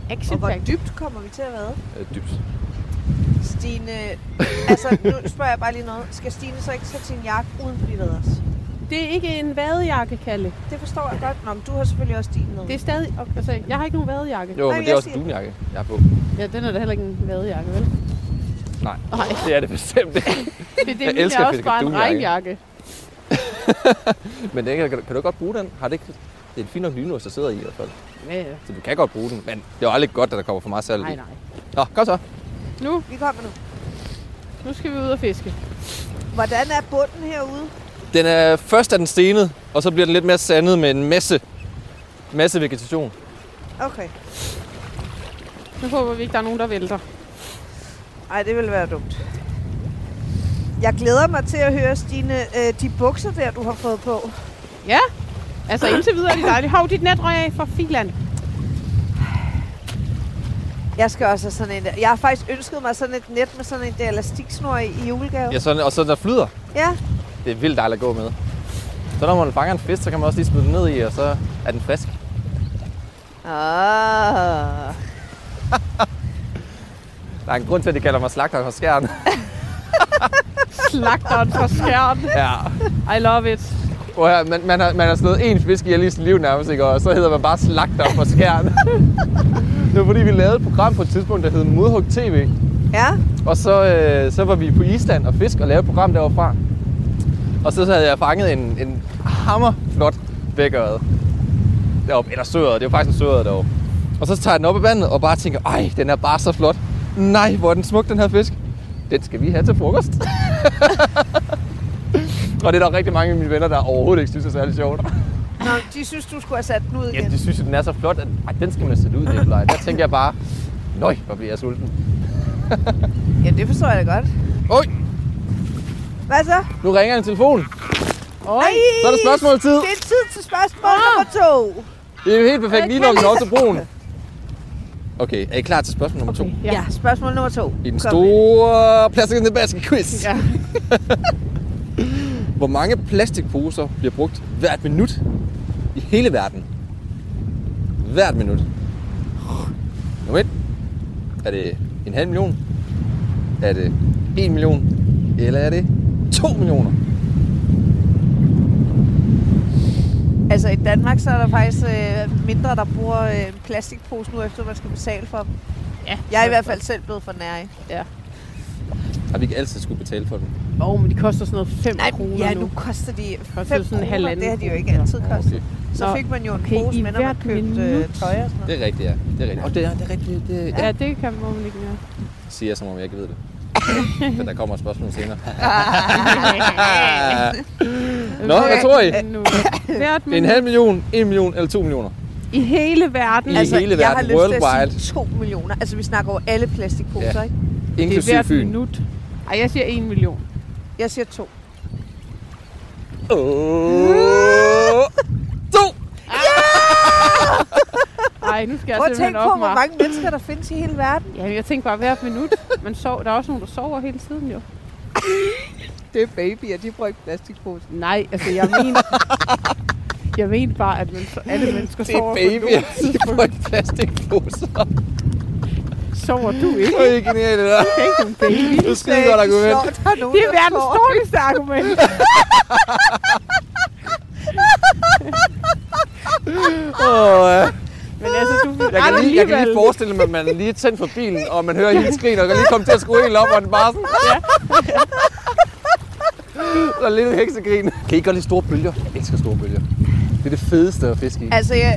[SPEAKER 1] og
[SPEAKER 2] Action
[SPEAKER 1] hvor
[SPEAKER 2] pack.
[SPEAKER 1] dybt kommer vi til at være?
[SPEAKER 4] Øh, dybt.
[SPEAKER 1] Stine, altså nu spørger jeg bare lige noget. Skal Stine så ikke sætte sin jakke uden på de vaders?
[SPEAKER 2] Det er ikke en vadejakke, Kalle.
[SPEAKER 1] Det forstår jeg godt. Nå, men du har selvfølgelig også din med.
[SPEAKER 2] Det er stadig... Okay. Altså, jeg har ikke nogen vadejakke.
[SPEAKER 4] Jo,
[SPEAKER 1] Nej,
[SPEAKER 4] men det
[SPEAKER 1] jeg
[SPEAKER 4] er også en
[SPEAKER 1] siger-
[SPEAKER 4] dunjakke, jeg er på.
[SPEAKER 2] Ja, den er da heller ikke en vadejakke, vel?
[SPEAKER 4] Nej,
[SPEAKER 2] Nej.
[SPEAKER 4] det er det bestemt ikke.
[SPEAKER 2] Det, det er
[SPEAKER 4] Jeg
[SPEAKER 2] min
[SPEAKER 4] elsker
[SPEAKER 2] er
[SPEAKER 4] at
[SPEAKER 2] også
[SPEAKER 4] fiske
[SPEAKER 2] bare en
[SPEAKER 4] dunjakke.
[SPEAKER 2] regnjakke.
[SPEAKER 4] Men det, kan, kan du godt bruge den? Har det ikke... Det er en fin nok lynlås, der sidder i i hvert fald.
[SPEAKER 2] Ja, ja.
[SPEAKER 4] Så du kan godt bruge den, men det er jo aldrig godt, at der kommer for meget salt i.
[SPEAKER 2] Nej, nej.
[SPEAKER 4] Nå, kom så.
[SPEAKER 2] Nu
[SPEAKER 1] Vi kommer nu.
[SPEAKER 2] Nu skal vi ud og fiske.
[SPEAKER 1] Hvordan er bunden herude?
[SPEAKER 4] Den er, først er den stenet, og så bliver den lidt mere sandet med en masse, masse vegetation.
[SPEAKER 1] Okay.
[SPEAKER 2] Nu håber vi ikke, der er nogen, der vælter.
[SPEAKER 1] Ej, det ville være dumt. Jeg glæder mig til at høre, Stine, øh, de bukser der, du har fået på.
[SPEAKER 5] Altså indtil videre er de dejlige. Hov, dit net røg af fra Finland.
[SPEAKER 1] Jeg skal også have sådan en der. Jeg har faktisk ønsket mig sådan et net med sådan en der elastiksnor i, i julegave.
[SPEAKER 4] Ja, sådan, og så der flyder.
[SPEAKER 1] Ja.
[SPEAKER 4] Det er vildt dejligt at gå med. Så når man fanger en fisk, så kan man også lige smide den ned i, og så er den frisk.
[SPEAKER 1] Ah.
[SPEAKER 4] Der er en grund til, at de kalder mig slagteren og skjern.
[SPEAKER 2] Slagteren fra skærmen.
[SPEAKER 4] ja.
[SPEAKER 2] I love it.
[SPEAKER 4] Prøv at høre, man, man, har, man har slået én fisk ihjel i sit liv nærmest, ikke? og så hedder man bare slagteren fra skjern. det var fordi, vi lavede et program på et tidspunkt, der hed Modhug TV.
[SPEAKER 1] Ja.
[SPEAKER 4] Og så, øh, så var vi på Island og fisk og lavede et program derovre fra. Og så, så havde jeg fanget en, en hammerflot vækkeret deroppe. Eller søret, det var faktisk en søret deroppe. Og så tager jeg den op i vandet og bare tænker, ej, den er bare så flot. Nej, hvor er den smuk, den her fisk. Den skal vi have til frokost. og det er der rigtig mange af mine venner, der overhovedet ikke synes er særlig sjovt.
[SPEAKER 1] Nå, de synes, du skulle have sat den ud
[SPEAKER 4] Ja,
[SPEAKER 1] igen.
[SPEAKER 4] de synes, at den er så flot, at ej, den skal man sætte ud, Nikolaj. Der tænker jeg bare, nøj, hvor bliver jeg sulten.
[SPEAKER 1] Ja, det forstår jeg da godt.
[SPEAKER 4] Oj,
[SPEAKER 1] Hvad så?
[SPEAKER 4] nu ringer en telefon.
[SPEAKER 1] Oj,
[SPEAKER 4] Så er det spørgsmåltid.
[SPEAKER 1] Det er tid til spørgsmål ah. nummer to.
[SPEAKER 4] Det er jo helt perfekt lige når vi
[SPEAKER 1] Okay.
[SPEAKER 4] når til broen. Okay, er I klar til spørgsmål nummer okay. to?
[SPEAKER 1] Ja. ja, spørgsmål nummer to.
[SPEAKER 4] I den
[SPEAKER 1] Kom
[SPEAKER 4] store plastik in the basket quiz.
[SPEAKER 2] Ja.
[SPEAKER 4] Hvor mange plastikposer bliver brugt hvert minut i hele verden? Hvert minut. Nummer 1. Er det en halv million? Er det 1 million? Eller er det 2 millioner?
[SPEAKER 1] med. Altså i Danmark, så er der faktisk øh, mindre, der bruger øh, en plastikpose nu, efter man skal betale for dem.
[SPEAKER 2] Ja.
[SPEAKER 1] Jeg er i hvert fald selv blevet for nær
[SPEAKER 4] Har vi ikke altid skulle betale for dem?
[SPEAKER 2] Åh, oh, men de koster sådan noget 5
[SPEAKER 1] Nej,
[SPEAKER 2] kroner
[SPEAKER 1] ja,
[SPEAKER 2] nu.
[SPEAKER 1] nu koster de 5
[SPEAKER 2] sådan
[SPEAKER 1] kroner.
[SPEAKER 2] halvanden
[SPEAKER 1] Det har de jo
[SPEAKER 2] krone.
[SPEAKER 1] ikke altid kostet.
[SPEAKER 4] Okay.
[SPEAKER 1] Så
[SPEAKER 2] Nå,
[SPEAKER 1] fik man jo en
[SPEAKER 2] okay,
[SPEAKER 1] pose
[SPEAKER 2] i
[SPEAKER 1] med, når man
[SPEAKER 2] hvert
[SPEAKER 1] købte øh,
[SPEAKER 2] minut.
[SPEAKER 1] tøj og sådan noget.
[SPEAKER 4] Det er rigtigt, ja. Det er rigtigt. Og det er, det er rigtigt. Det, ja.
[SPEAKER 2] Ja, det kan man ikke gøre.
[SPEAKER 4] siger jeg, som om jeg ikke ved det. Men der kommer et spørgsmål senere. Nå, hvad tror I?
[SPEAKER 2] Nu. Hvert
[SPEAKER 4] Det er en
[SPEAKER 2] minut
[SPEAKER 4] halv million, en million eller to millioner?
[SPEAKER 2] I hele verden.
[SPEAKER 4] I
[SPEAKER 2] Altså,
[SPEAKER 4] hele
[SPEAKER 1] jeg har
[SPEAKER 4] verden,
[SPEAKER 1] lyst til
[SPEAKER 4] worldwide.
[SPEAKER 1] at sige 2 millioner. Altså, vi snakker over alle plastikposer,
[SPEAKER 4] Ja.
[SPEAKER 1] ja. ikke?
[SPEAKER 2] det er
[SPEAKER 4] Inklusiv
[SPEAKER 2] hvert
[SPEAKER 4] Fyn.
[SPEAKER 2] minut. Ej, jeg siger 1 million.
[SPEAKER 1] Jeg siger 2.
[SPEAKER 4] Åh. To!
[SPEAKER 2] Ej, nu skal jeg
[SPEAKER 1] Prøv at
[SPEAKER 2] simpelthen
[SPEAKER 1] tænke på,
[SPEAKER 2] op
[SPEAKER 1] hvor
[SPEAKER 2] mig.
[SPEAKER 1] mange mennesker, der findes i hele verden.
[SPEAKER 2] Ja, jeg tænker bare hvert minut. Man sover. Der er også nogen, der sover hele tiden jo.
[SPEAKER 1] Det er babyer, de bruger ikke plastikposer.
[SPEAKER 2] Nej, altså jeg mener... Jeg mener bare, at man, så alle mennesker
[SPEAKER 4] Det er
[SPEAKER 2] sover
[SPEAKER 4] baby,
[SPEAKER 2] på
[SPEAKER 4] de får en plastikpose.
[SPEAKER 2] nu. Sover du ikke?
[SPEAKER 4] Hvor er I genialt, det der.
[SPEAKER 2] Det er ikke en baby.
[SPEAKER 4] Det er skide godt argument.
[SPEAKER 2] Det er verdens dårligste argument.
[SPEAKER 4] Åh, ja.
[SPEAKER 2] Men altså, du vil
[SPEAKER 4] Jeg kan, lige, jeg kan
[SPEAKER 2] alligevel...
[SPEAKER 4] lige forestille mig, at man lige er tændt for bilen, og man hører hendes grin, og kan lige komme til at skrue helt op, og den bare sådan... Ja. Og lidt en heksegrin. Kan I ikke godt lide store bølger? Jeg elsker store bølger. Det er det fedeste at fiske i.
[SPEAKER 1] Altså, ja,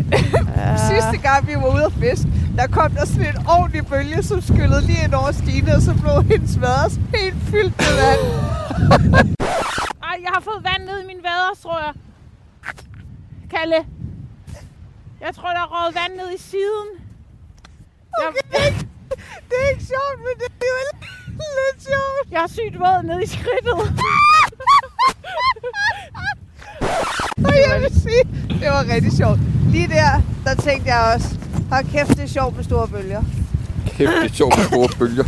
[SPEAKER 2] Ah.
[SPEAKER 1] sidste gang vi var ude at fiske, der kom der sådan en ordentlig bølge, som skyllede lige ind over Stine, og så blev hendes vaders helt fyldt med vand.
[SPEAKER 2] Ej, jeg har fået vand ned i mine vader, tror jeg. Kalle. Jeg tror, der er røget vand ned i siden. Jeg,
[SPEAKER 1] Det er ikke sjovt, men det er jo lidt sjovt.
[SPEAKER 2] jeg har sygt våd ned i skridtet.
[SPEAKER 1] Og jeg vil sige, det var rigtig sjovt. Lige der, der tænkte jeg også, har kæft, det er sjovt med store bølger.
[SPEAKER 4] Kæft, det er sjovt med store bølger.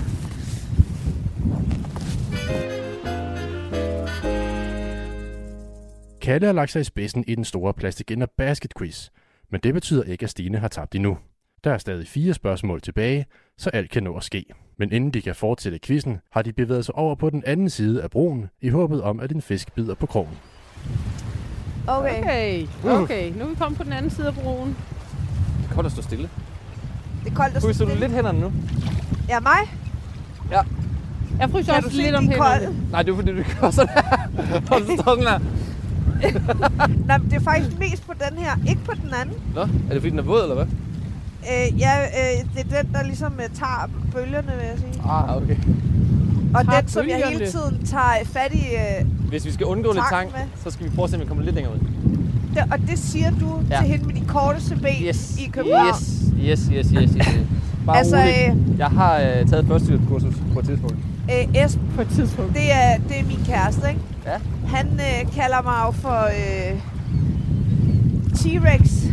[SPEAKER 3] Kalle har lagt sig i spidsen i den store Plastic in a Basket Quiz, men det betyder ikke, at Stine har tabt endnu. Der er stadig fire spørgsmål tilbage, så alt kan nå at ske. Men inden de kan fortsætte quizzen, har de bevæget sig over på den anden side af broen, i håbet om, at en fisk bider på krogen.
[SPEAKER 1] Okay. okay.
[SPEAKER 2] Okay,
[SPEAKER 4] Uh.
[SPEAKER 2] okay. Nu er vi kommet på den anden side af broen.
[SPEAKER 4] Godt at stå stille.
[SPEAKER 1] Det er koldt at
[SPEAKER 4] Pudser du
[SPEAKER 1] stille.
[SPEAKER 4] lidt hænderne nu?
[SPEAKER 1] Ja, mig?
[SPEAKER 2] Jeg fryser
[SPEAKER 1] Kan
[SPEAKER 2] også
[SPEAKER 1] du se,
[SPEAKER 2] lidt om
[SPEAKER 1] de er kolde?
[SPEAKER 2] hænderne.
[SPEAKER 4] Nej, det er fordi, du gør sådan her. Og du står sådan her.
[SPEAKER 1] Nej, men det er faktisk mest på den her, ikke på den anden.
[SPEAKER 4] Nå, er det fordi, den er våd, eller hvad?
[SPEAKER 1] Øh, ja, øh, det er den, der ligesom øh, tager bølgerne, vil jeg sige.
[SPEAKER 4] Ah, okay.
[SPEAKER 1] Og
[SPEAKER 2] Har
[SPEAKER 1] den, som jeg hele
[SPEAKER 2] bølgerne.
[SPEAKER 1] tiden tager fat i... Øh,
[SPEAKER 4] Hvis vi skal undgå lidt
[SPEAKER 1] Tang
[SPEAKER 4] tang,
[SPEAKER 1] med.
[SPEAKER 4] så skal vi prøve at se, om vi kommer lidt længere ud.
[SPEAKER 1] der, og det siger du ja.
[SPEAKER 4] Ja.
[SPEAKER 1] til hende med de korteste ben
[SPEAKER 4] Yes.
[SPEAKER 1] i København.
[SPEAKER 4] Yes, yes, yes, yes. yes. Bare
[SPEAKER 1] Altså,
[SPEAKER 4] altså, roligt.
[SPEAKER 1] øh,
[SPEAKER 4] Jeg har øh, taget førstehjælpskursus på et tidspunkt.
[SPEAKER 1] øh, Esben,
[SPEAKER 2] på et tidspunkt.
[SPEAKER 1] det er, det er min kæreste, ikke?
[SPEAKER 4] Ja.
[SPEAKER 1] Han øh, kalder mig jo for øh, T-Rex.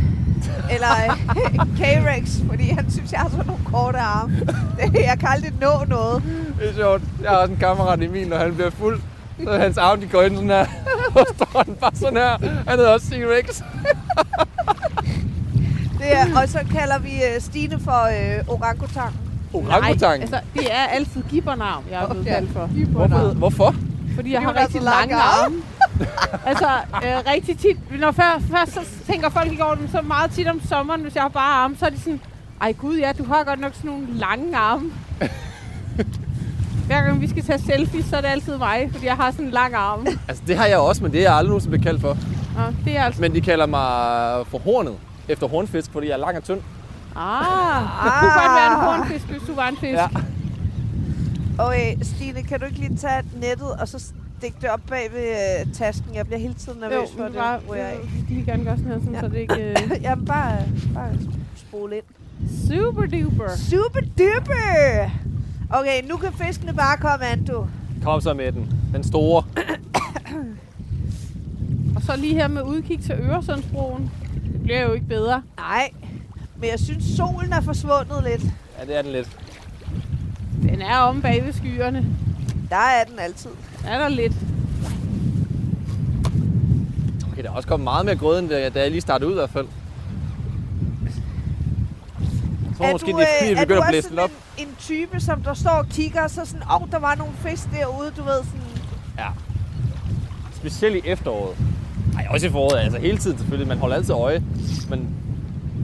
[SPEAKER 1] Eller øh, K-Rex, fordi han synes, jeg har sådan nogle korte arme. Det, jeg kan aldrig nå noget.
[SPEAKER 4] Det er sjovt. Jeg har også en kammerat Emil, når han bliver fuld. Så hans arm, de går ind sådan her. Og står han bare sådan her. Han hedder også T-Rex.
[SPEAKER 1] Det er, og så kalder vi øh, Stine for øh, orangutang.
[SPEAKER 4] Orangutang.
[SPEAKER 2] altså, det er altid gibbernavn, jeg er blevet
[SPEAKER 1] Ja.
[SPEAKER 2] kaldt for.
[SPEAKER 4] Hvorfor? Hvorfor?
[SPEAKER 2] Fordi jeg
[SPEAKER 1] hun
[SPEAKER 2] har
[SPEAKER 1] har
[SPEAKER 2] rigtig
[SPEAKER 1] så lange
[SPEAKER 2] lange arme. altså, øh, rigtig tit. Når før, først så tænker folk ikke over det, men så meget tit om sommeren, hvis jeg har bare arme, så er de sådan, ej gud ja, du har godt nok sådan nogle lange arme. Hver gang vi skal tage selfies, så er det altid mig, fordi jeg har sådan en lang arm.
[SPEAKER 4] Altså, det har jeg også, men det er jeg aldrig nogensinde blevet kaldt for.
[SPEAKER 2] Og det er altså...
[SPEAKER 4] Men de kalder mig for hornet. Efter hornfisk, fordi jeg er lang og tynd.
[SPEAKER 2] Ah, det kunne godt være en hornfisk, hvis du var en fisk.
[SPEAKER 4] Ja.
[SPEAKER 2] Ja.
[SPEAKER 1] Og øh, Stine, kan du ikke lige tage nettet og så stikke det op bag ved øh, tasken? Jeg bliver hele tiden
[SPEAKER 2] Jo,
[SPEAKER 1] nervøs for
[SPEAKER 2] men
[SPEAKER 1] det.
[SPEAKER 2] du bare,
[SPEAKER 1] hvor jeg
[SPEAKER 2] øh, vi kan lige gerne gøre sådan her, sådan,
[SPEAKER 1] Ja.
[SPEAKER 2] så det ikke... Øh,
[SPEAKER 1] ikke- Jamen bare, bare spole ind.
[SPEAKER 2] super duper.
[SPEAKER 1] Super duper! Okay, nu kan fiskene bare komme an, du.
[SPEAKER 4] Kom så med den. Den store.
[SPEAKER 2] Og så lige her med udkig til Øresundsbroen. Det bliver jo ikke bedre.
[SPEAKER 1] Nej, men jeg synes, solen er forsvundet lidt.
[SPEAKER 4] Ja, det er den lidt.
[SPEAKER 2] Den er omme bag ved skyerne.
[SPEAKER 1] Der er den altid.
[SPEAKER 2] Er der lidt.
[SPEAKER 4] Okay, der er også kommet meget mere grøde, end da da jeg lige startede ud i hvert fald. Jeg tror måske, det er fordi,
[SPEAKER 1] øh,
[SPEAKER 4] vi
[SPEAKER 1] er du
[SPEAKER 4] begynder at
[SPEAKER 1] også
[SPEAKER 4] blæse den
[SPEAKER 1] sådan
[SPEAKER 4] op.
[SPEAKER 1] en, en type, som der står og kigger, og så sådan, åh, oh, der var nogle fisk derude, du ved, sådan...
[SPEAKER 4] Specielt i efteråret. Nej, også i foråret. Altså hele tiden selvfølgelig. Man holder altid øje. Men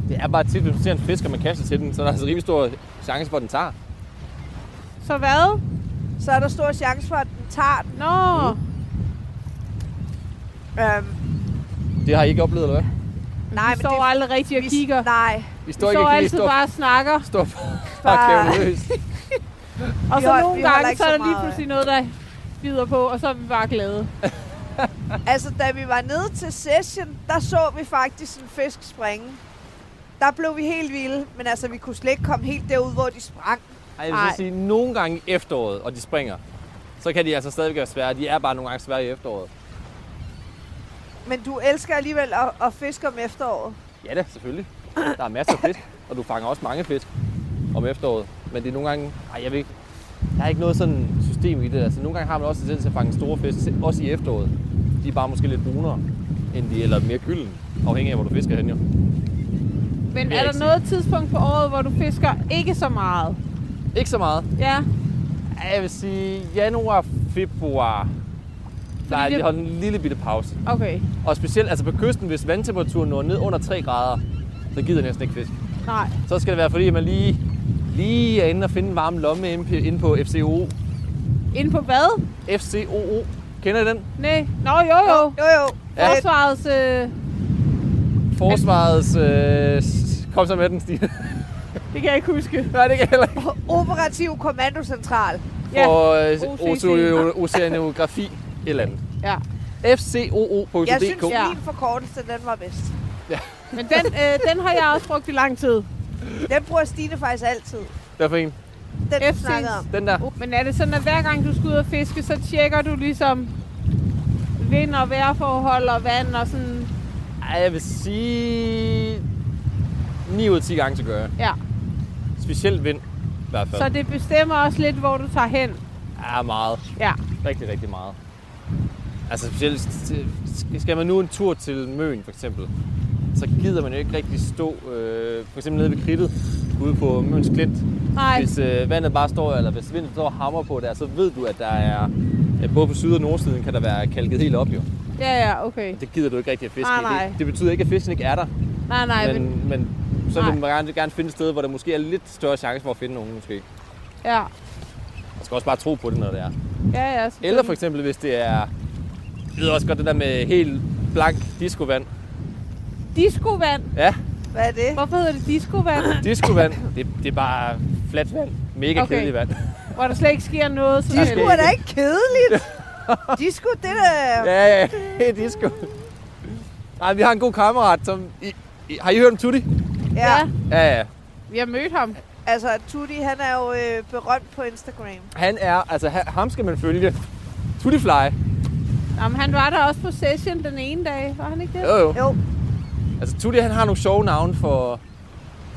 [SPEAKER 4] det er bare tit, hvis man ser en fisk, og man kaster til den, så er der altså rimelig stor chance for, at den tager.
[SPEAKER 2] Så hvad?
[SPEAKER 1] Så er der stor chance for, at den tager den.
[SPEAKER 2] Nå,
[SPEAKER 1] Mm. Øhm,
[SPEAKER 4] Det har I ikke oplevet, eller hvad?
[SPEAKER 1] nej,
[SPEAKER 2] vi
[SPEAKER 1] men
[SPEAKER 2] står
[SPEAKER 1] det,
[SPEAKER 2] aldrig rigtig og
[SPEAKER 1] vi-
[SPEAKER 2] kigger.
[SPEAKER 1] Nej,
[SPEAKER 4] I
[SPEAKER 2] Vi
[SPEAKER 4] står ikke
[SPEAKER 2] står
[SPEAKER 4] og kigger, I
[SPEAKER 2] altid
[SPEAKER 4] står
[SPEAKER 2] bare og snakker.
[SPEAKER 4] står bare,
[SPEAKER 1] Bare-
[SPEAKER 4] bare løs.
[SPEAKER 2] Og
[SPEAKER 1] Vi
[SPEAKER 2] så
[SPEAKER 1] holder- vi
[SPEAKER 2] nogle
[SPEAKER 1] holder
[SPEAKER 2] gange,
[SPEAKER 1] ikke
[SPEAKER 2] så er
[SPEAKER 1] så
[SPEAKER 2] der lige
[SPEAKER 1] meget
[SPEAKER 2] pludselig noget, der bider på, og så er vi bare glade.
[SPEAKER 1] altså da vi var nede til session, der så vi faktisk en fisk springe. Der blev vi helt vilde, men altså vi kunne slet ikke komme helt derud, hvor de sprang.
[SPEAKER 4] Ej, jeg vil
[SPEAKER 2] Ej.
[SPEAKER 4] så sige, nogle gange i efteråret, og de springer, så kan de altså stadigvæk være svære. De er bare nogle gange svære i efteråret.
[SPEAKER 1] Men du elsker alligevel at, at fiske om efteråret.
[SPEAKER 4] Ja da, selvfølgelig. Der er masser af fisk, og du fanger også mange fisk om efteråret. Men det er nogle gange... Ej, jeg ved ikke... Der er ikke noget sådan system i det. Altså, nogle gange har man også tendens til at fange store fisk, se- også i efteråret. De er bare måske lidt brunere, end de, eller mere gylden, afhængig af, hvor du fisker hen jo.
[SPEAKER 2] Men
[SPEAKER 4] vil
[SPEAKER 2] er
[SPEAKER 4] jeg
[SPEAKER 2] der
[SPEAKER 4] ikke
[SPEAKER 2] noget tidspunkt på året, hvor du fisker ikke så meget?
[SPEAKER 4] Ikke så meget.
[SPEAKER 2] Ja,
[SPEAKER 4] Ej, jeg vil sige januar, februar. Der er
[SPEAKER 2] det-
[SPEAKER 4] lige holdt en lille bitte pause.
[SPEAKER 2] okay.
[SPEAKER 4] Og specielt altså på kysten, hvis vandtemperaturen når ned under 3 grader, så gider jeg næsten ikke fisk.
[SPEAKER 2] Nej.
[SPEAKER 4] Så skal det være, fordi man lige, lige er inde og finde en varm lomme inde på- inde på FCOO.
[SPEAKER 2] Inde på hvad?
[SPEAKER 4] FCOO. Kender I den?
[SPEAKER 2] Nej. Nå, jo, jo.
[SPEAKER 1] Jo jo,
[SPEAKER 4] Ja.
[SPEAKER 2] Forsvarets... Øh,
[SPEAKER 4] Forsvarets... Øh, s- kom så med den, Stine.
[SPEAKER 2] det kan jeg ikke huske.
[SPEAKER 4] Nej, det kan jeg heller ikke.
[SPEAKER 1] operativ kommandocentral.
[SPEAKER 2] Ja.
[SPEAKER 4] Og øh,
[SPEAKER 2] OCC.
[SPEAKER 4] oce- oceanografi et eller andet.
[SPEAKER 2] ja.
[SPEAKER 4] FCOO.dk.
[SPEAKER 1] Jeg synes,
[SPEAKER 2] Ja.
[SPEAKER 1] min forkortelse, den var bedst.
[SPEAKER 2] Men den, øh, den har jeg også brugt i lang tid.
[SPEAKER 1] Den bruger Stine faktisk altid.
[SPEAKER 4] Der for en.
[SPEAKER 1] Den du
[SPEAKER 2] FC.
[SPEAKER 1] snakkede om.
[SPEAKER 4] Den der.
[SPEAKER 2] Uh, Men er det sådan, at hver gang du skal ud og fiske, så tjekker du ligesom vind og vejrforhold og vand og sådan...
[SPEAKER 4] Ej, jeg vil sige... 9 ud af 10 gange til gøre.
[SPEAKER 2] Ja.
[SPEAKER 4] Specielt vind, i hvert fald.
[SPEAKER 2] Så det bestemmer også lidt, hvor du tager hen.
[SPEAKER 4] er meget.
[SPEAKER 2] Ja.
[SPEAKER 4] Rigtig, rigtig meget. Altså specielt, sk- skal man nu en tur til Møn for eksempel, så gider man jo ikke rigtig stå, øh, for eksempel nede ved kridtet, ude på Møns Klint.
[SPEAKER 2] Nej.
[SPEAKER 4] Hvis øh, vandet bare står, eller hvis vinden står og hamrer på der, så ved du, at der er, øh, både på syd- og nordsiden kan der være kalket helt op jo.
[SPEAKER 2] Ja, ja, okay.
[SPEAKER 4] Det gider du ikke rigtig at fiske
[SPEAKER 2] Nej,
[SPEAKER 4] i.
[SPEAKER 2] Ah, nej.
[SPEAKER 4] Det, det betyder ikke, at fisken ikke er der,
[SPEAKER 2] Nej, nej, men...
[SPEAKER 4] men, men så vil
[SPEAKER 2] Nej.
[SPEAKER 4] man gerne, gerne finde et sted, hvor der måske er lidt større chance for at finde nogen måske.
[SPEAKER 2] Ja,
[SPEAKER 4] Man skal også bare tro på det, når det er.
[SPEAKER 2] ja, ja.
[SPEAKER 4] Eller for
[SPEAKER 2] selvfølgelig.
[SPEAKER 4] eksempel, hvis det er... Jeg ved også godt det der med helt blank discovand.
[SPEAKER 2] Discovand.
[SPEAKER 4] Ja,
[SPEAKER 1] Hvad er det?
[SPEAKER 2] Hvorfor hedder det discovand?
[SPEAKER 4] discovand. Det, det er bare fladt vand. Mega
[SPEAKER 2] Okay.
[SPEAKER 4] okay. kedeligt vand.
[SPEAKER 2] hvor der slet ikke sker noget. Så
[SPEAKER 1] De
[SPEAKER 2] der-
[SPEAKER 1] er sgu da ikke kedeligt. De er sgu det der...
[SPEAKER 4] Ja, ja, ja, det er sgu. Nej, vi har en god kammerat, som... I, I, har I hørt om Tutti?
[SPEAKER 1] Ja.
[SPEAKER 4] Ja, ja.
[SPEAKER 2] Vi har mødt ham.
[SPEAKER 1] Altså, Tutti, han er jo øh, berømt på Instagram.
[SPEAKER 4] Han er... Altså, ha- ham skal man følge. Tutti Fly.
[SPEAKER 2] Jamen, han var der også på session den ene dag, var han ikke det?
[SPEAKER 4] Jo, jo.
[SPEAKER 1] Jo,
[SPEAKER 4] Altså, Tutti, han har nogle sjove navne for,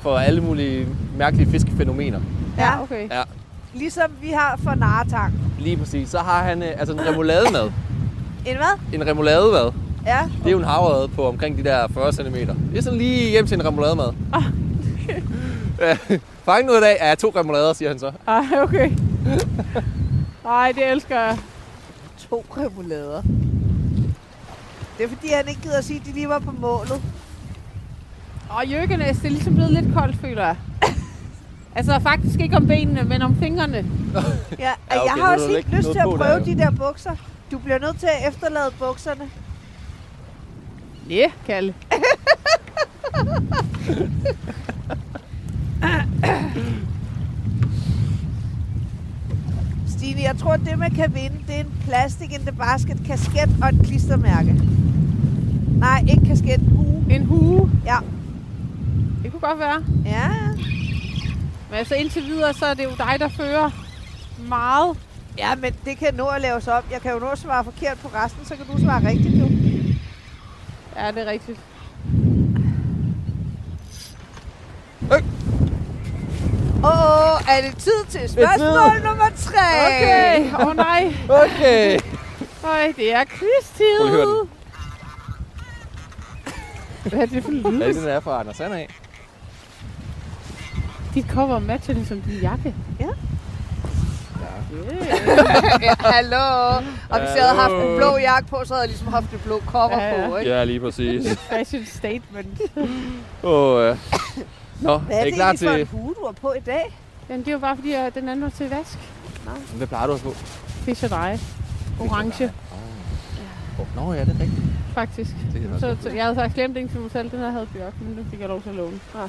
[SPEAKER 4] for alle mulige mærkelige fiskefænomener.
[SPEAKER 1] ja.
[SPEAKER 2] okay.
[SPEAKER 4] Ja,
[SPEAKER 1] Ligesom vi har for Naratang.
[SPEAKER 4] lige præcis. Så har han øh, altså en remoulademad.
[SPEAKER 1] En hvad?
[SPEAKER 4] En remoulademad.
[SPEAKER 1] Ja.
[SPEAKER 4] Det er jo en havrede på omkring de der 40 cm. Det er sådan lige hjem til en remoulademad. Ah. Fang nu i dag. Ja, to remoulader, siger han så.
[SPEAKER 2] Ej, okay. Ej, det elsker jeg.
[SPEAKER 1] To remoulader. Det er fordi, han ikke gider at sige, at de lige var på målet.
[SPEAKER 2] Og Jørgenes, det er ligesom blevet lidt koldt, føler jeg. Altså faktisk ikke om benene, men om fingrene.
[SPEAKER 1] Ja, og
[SPEAKER 4] okay,
[SPEAKER 1] jeg
[SPEAKER 4] nu
[SPEAKER 1] har
[SPEAKER 4] er
[SPEAKER 1] også
[SPEAKER 4] der
[SPEAKER 1] helt
[SPEAKER 4] ikke
[SPEAKER 1] lyst
[SPEAKER 4] noget
[SPEAKER 1] til at
[SPEAKER 4] på der,
[SPEAKER 1] prøve
[SPEAKER 4] jo.
[SPEAKER 1] de der bukser. Du bliver nødt til at efterlade bukserne.
[SPEAKER 2] Ja, yeah, Kalle.
[SPEAKER 1] Stine, jeg tror, det man kan vinde, det er en plastik in the basket kasket og et klistermærke. Nej, ikke kasket. Uh, Hue.
[SPEAKER 2] En hue.
[SPEAKER 1] Ja.
[SPEAKER 2] Det kunne godt være.
[SPEAKER 1] Ja,
[SPEAKER 2] Men altså indtil videre, så er det jo dig, der fører meget.
[SPEAKER 1] ja men det kan nå at laves op. Jeg kan jo nå at svare forkert på resten, så kan du svare rigtigt nu.
[SPEAKER 2] Ja, det er rigtigt.
[SPEAKER 1] Åh, oh, er det tid til spørgsmål nummer 3?
[SPEAKER 2] Okay, åh oh, nej.
[SPEAKER 4] Okay.
[SPEAKER 2] Øj, det er krigstid.
[SPEAKER 4] Prøv lige at høre den.
[SPEAKER 2] Hvad er det for en lyd?
[SPEAKER 4] Ja, det er den der er fra Anders Sand af.
[SPEAKER 2] Dit cover matcher ligesom din jakke.
[SPEAKER 1] Hallo. Og hvis jeg havde haft en blå jakke på, så havde jeg ligesom haft en blå cover
[SPEAKER 2] Ja, ja.
[SPEAKER 1] på, ikke?
[SPEAKER 4] Ja, lige præcis.
[SPEAKER 2] Fashion statement.
[SPEAKER 4] Åh, øh. Nå,
[SPEAKER 1] Hvad
[SPEAKER 4] er
[SPEAKER 1] er
[SPEAKER 4] I
[SPEAKER 1] det
[SPEAKER 4] klar
[SPEAKER 1] egentlig for en
[SPEAKER 4] til...
[SPEAKER 1] hue, du har på i dag?
[SPEAKER 2] Jamen, det er jo bare fordi, at den anden var til vask.
[SPEAKER 4] Hvad plejer du at få?
[SPEAKER 2] Fish og dig. Orange,
[SPEAKER 4] Oh, nå, ja, det er rigtigt.
[SPEAKER 2] faktisk.
[SPEAKER 4] Det kan
[SPEAKER 2] Så, så jeg havde faktisk glemt en til mig selv, den her havde Bjørk, men nu fik jeg lov til at låne. Ah.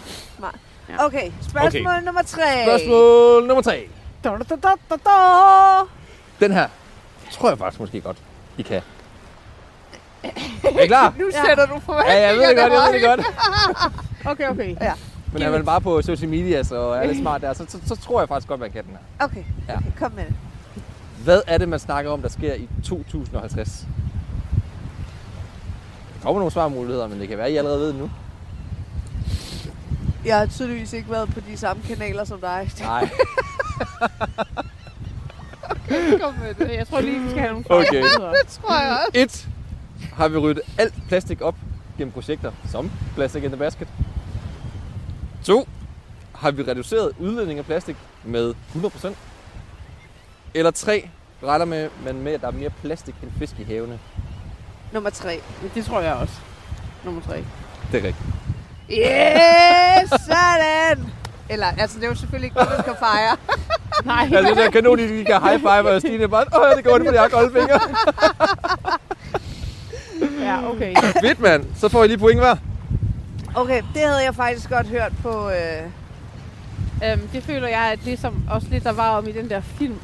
[SPEAKER 2] Ja.
[SPEAKER 1] Okay, spørgsmål okay. nummer 3.
[SPEAKER 4] Spørgsmål nummer tre.
[SPEAKER 2] Da, da, da, da, da.
[SPEAKER 4] Den her tror jeg faktisk måske godt, I kan. Er I klar?
[SPEAKER 1] Nu sætter du
[SPEAKER 4] Ja, jeg ved det godt, jeg ved det godt.
[SPEAKER 2] Okay, okay.
[SPEAKER 4] Men er man bare på social media, så er lidt smart der, så, så, så tror jeg faktisk godt, man kan den her.
[SPEAKER 1] Okay,
[SPEAKER 4] Ja.
[SPEAKER 1] okay, kom med det.
[SPEAKER 4] Hvad er det, man snakker om, der sker i 2050? Der kommer nogle svarmuligheder, men det kan være, I allerede ved det nu.
[SPEAKER 1] Jeg har tydeligvis ikke været på de samme kanaler som dig.
[SPEAKER 4] Nej,
[SPEAKER 2] Kom med det. Jeg tror lige, vi skal have nogle
[SPEAKER 4] Okay.
[SPEAKER 2] forberedelser.
[SPEAKER 1] Tror jeg også.
[SPEAKER 4] Et har vi ryddet alt plastik op gennem projekter som Plastic in the Basket. To har vi reduceret udledning af plastik med 100%. Eller tre regner med, man med, at der er mere plastik end fisk i havene.
[SPEAKER 1] Nummer 3.
[SPEAKER 2] Det tror jeg også. Nummer tre.
[SPEAKER 4] Det er rigtigt.
[SPEAKER 1] Yes, sådan! Eller, altså, det er jo selvfølgelig ikke noget, man skal fejre.
[SPEAKER 2] Nej,
[SPEAKER 4] Altså, det er så kanon, at de kan high five, og Stine er bare, åh, det går det, fordi jeg har kolde fingre.
[SPEAKER 2] ja, okay.
[SPEAKER 4] Fedt, mand. Så får I lige point hver.
[SPEAKER 1] Okay, det havde jeg faktisk godt hørt på... Øh...
[SPEAKER 2] Øhm, det føler jeg, at det som også lidt der var om i den der film,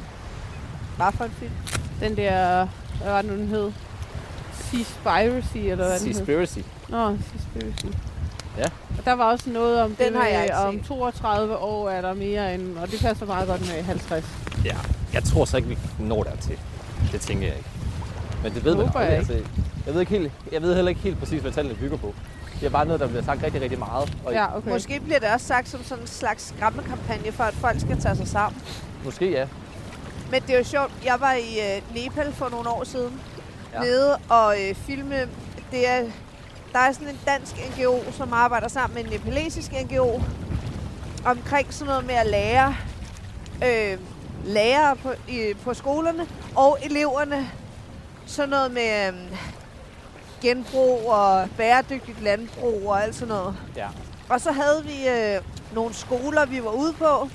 [SPEAKER 1] Hvad for en film?
[SPEAKER 2] den der, hvad var det nu, den hed? Seaspiracy, eller hvad den hed?
[SPEAKER 4] Seaspiracy.
[SPEAKER 2] Nå, Seaspiracy.
[SPEAKER 4] Ja.
[SPEAKER 2] Og der var også noget om,
[SPEAKER 1] Den har jeg
[SPEAKER 2] med,
[SPEAKER 1] ikke
[SPEAKER 2] om
[SPEAKER 1] set.
[SPEAKER 2] 32 år er der mere end, og det passer meget godt med 50.
[SPEAKER 4] Ja, jeg tror så ikke, vi når dertil. Det tænker jeg ikke. Men det ved man
[SPEAKER 2] Håber
[SPEAKER 4] aldrig.
[SPEAKER 2] jeg ikke.
[SPEAKER 4] Altså, jeg, ved ikke helt, jeg ved heller ikke helt præcis, hvad tallene bygger på. Det er bare noget, der bliver sagt rigtig, rigtig meget. Og
[SPEAKER 2] Ja, okay.
[SPEAKER 1] Måske bliver det også sagt som sådan en slags skræmmekampagne for, at folk skal tage sig sammen.
[SPEAKER 4] Måske ja.
[SPEAKER 1] Men det er jo sjovt, jeg var i øh, Nepal for nogle år siden,
[SPEAKER 4] Ja.
[SPEAKER 1] ja. nede og øh, filme, det er, der er sådan en dansk NGO, som arbejder sammen med en nepalesisk NGO, omkring sådan noget med at lære øh, lærere på, i, på skolerne og eleverne sådan noget med øh, genbrug og bæredygtigt landbrug og alt sådan noget.
[SPEAKER 4] Ja.
[SPEAKER 1] Og så havde vi øh, nogle skoler, vi var ude på,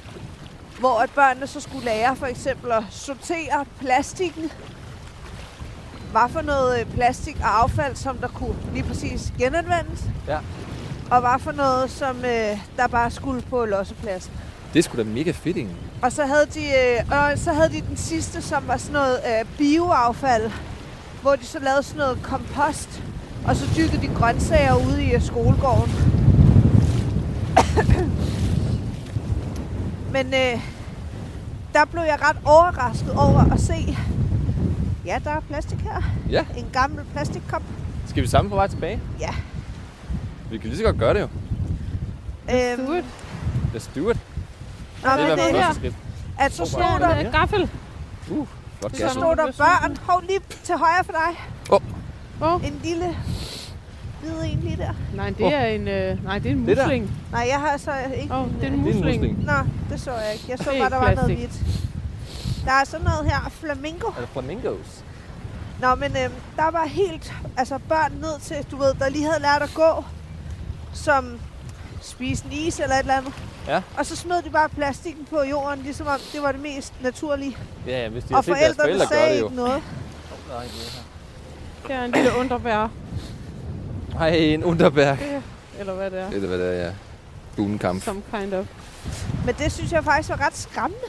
[SPEAKER 1] hvor at børnene så skulle lære for eksempel at sortere plastikken. Hvad for noget øh, plastik og affald, som der kunne lige præcis genanvendes.
[SPEAKER 4] Ja.
[SPEAKER 1] Og hvad for noget, som øh, der bare skulle på lossepladsen.
[SPEAKER 4] Det er sgu da mega fedt egentlig.
[SPEAKER 1] Og så havde de, øh, og så havde de den sidste, som var sådan noget øh, bioaffald, hvor de så lavede sådan noget kompost, og så dyrkede de grøntsager ude i øh, skolegården. Men øh, der blev jeg ret overrasket over at se, ja, der er plastik her.
[SPEAKER 4] Ja.
[SPEAKER 1] En gammel plastikkop.
[SPEAKER 4] Skal vi sammen på vej tilbage?
[SPEAKER 1] Ja.
[SPEAKER 4] Vi kan lige så godt gøre det jo.
[SPEAKER 1] Øhm,
[SPEAKER 5] Stuart.
[SPEAKER 4] Let's do it.
[SPEAKER 1] nå, men
[SPEAKER 4] det er
[SPEAKER 1] det
[SPEAKER 4] i hvert fald
[SPEAKER 1] her,
[SPEAKER 4] første skridt.
[SPEAKER 1] at så
[SPEAKER 4] Hvor
[SPEAKER 1] stod
[SPEAKER 4] er
[SPEAKER 1] der,
[SPEAKER 4] det? Ja.
[SPEAKER 5] Gaffel.
[SPEAKER 4] Godt
[SPEAKER 1] så
[SPEAKER 4] gasset.
[SPEAKER 1] stod der børn. Hov, lige til højre for dig.
[SPEAKER 4] Åh.
[SPEAKER 5] Åh.
[SPEAKER 1] En lille hvid en lige der.
[SPEAKER 2] Nej, det er en, øh, nej, det er en
[SPEAKER 4] Det der.
[SPEAKER 2] musling.
[SPEAKER 1] Nej, jeg har så ikke...
[SPEAKER 2] Åh, oh, det er en
[SPEAKER 4] Det er en
[SPEAKER 2] musling.
[SPEAKER 4] musling.
[SPEAKER 1] Nå, det så jeg ikke. Jeg så
[SPEAKER 2] Det er
[SPEAKER 1] bare, der var noget
[SPEAKER 2] plastik.
[SPEAKER 1] hvidt. Der er sådan noget her, flamingo.
[SPEAKER 4] Er det flamingos?
[SPEAKER 1] Nå, men øhm, der var helt altså børn ned til, du ved, der lige havde lært at gå, som spiste en is eller et eller andet.
[SPEAKER 4] Ja.
[SPEAKER 1] Og så smed de bare plastikken på jorden, ligesom om det var det mest naturlige.
[SPEAKER 4] Ja, ja, hvis de har
[SPEAKER 1] Og
[SPEAKER 4] set deres
[SPEAKER 1] forældrene
[SPEAKER 4] forældre gøre
[SPEAKER 1] sagde
[SPEAKER 4] det jo.
[SPEAKER 1] ikke noget.
[SPEAKER 4] Nej, det er
[SPEAKER 2] Det
[SPEAKER 4] her.
[SPEAKER 2] er en lille underbær,
[SPEAKER 4] Ej, en underbær.
[SPEAKER 2] eller hvad det er.
[SPEAKER 4] Eller hvad det er, ja. Buenkamp.
[SPEAKER 2] Some kind of.
[SPEAKER 1] Men det synes jeg faktisk var ret skræmmende.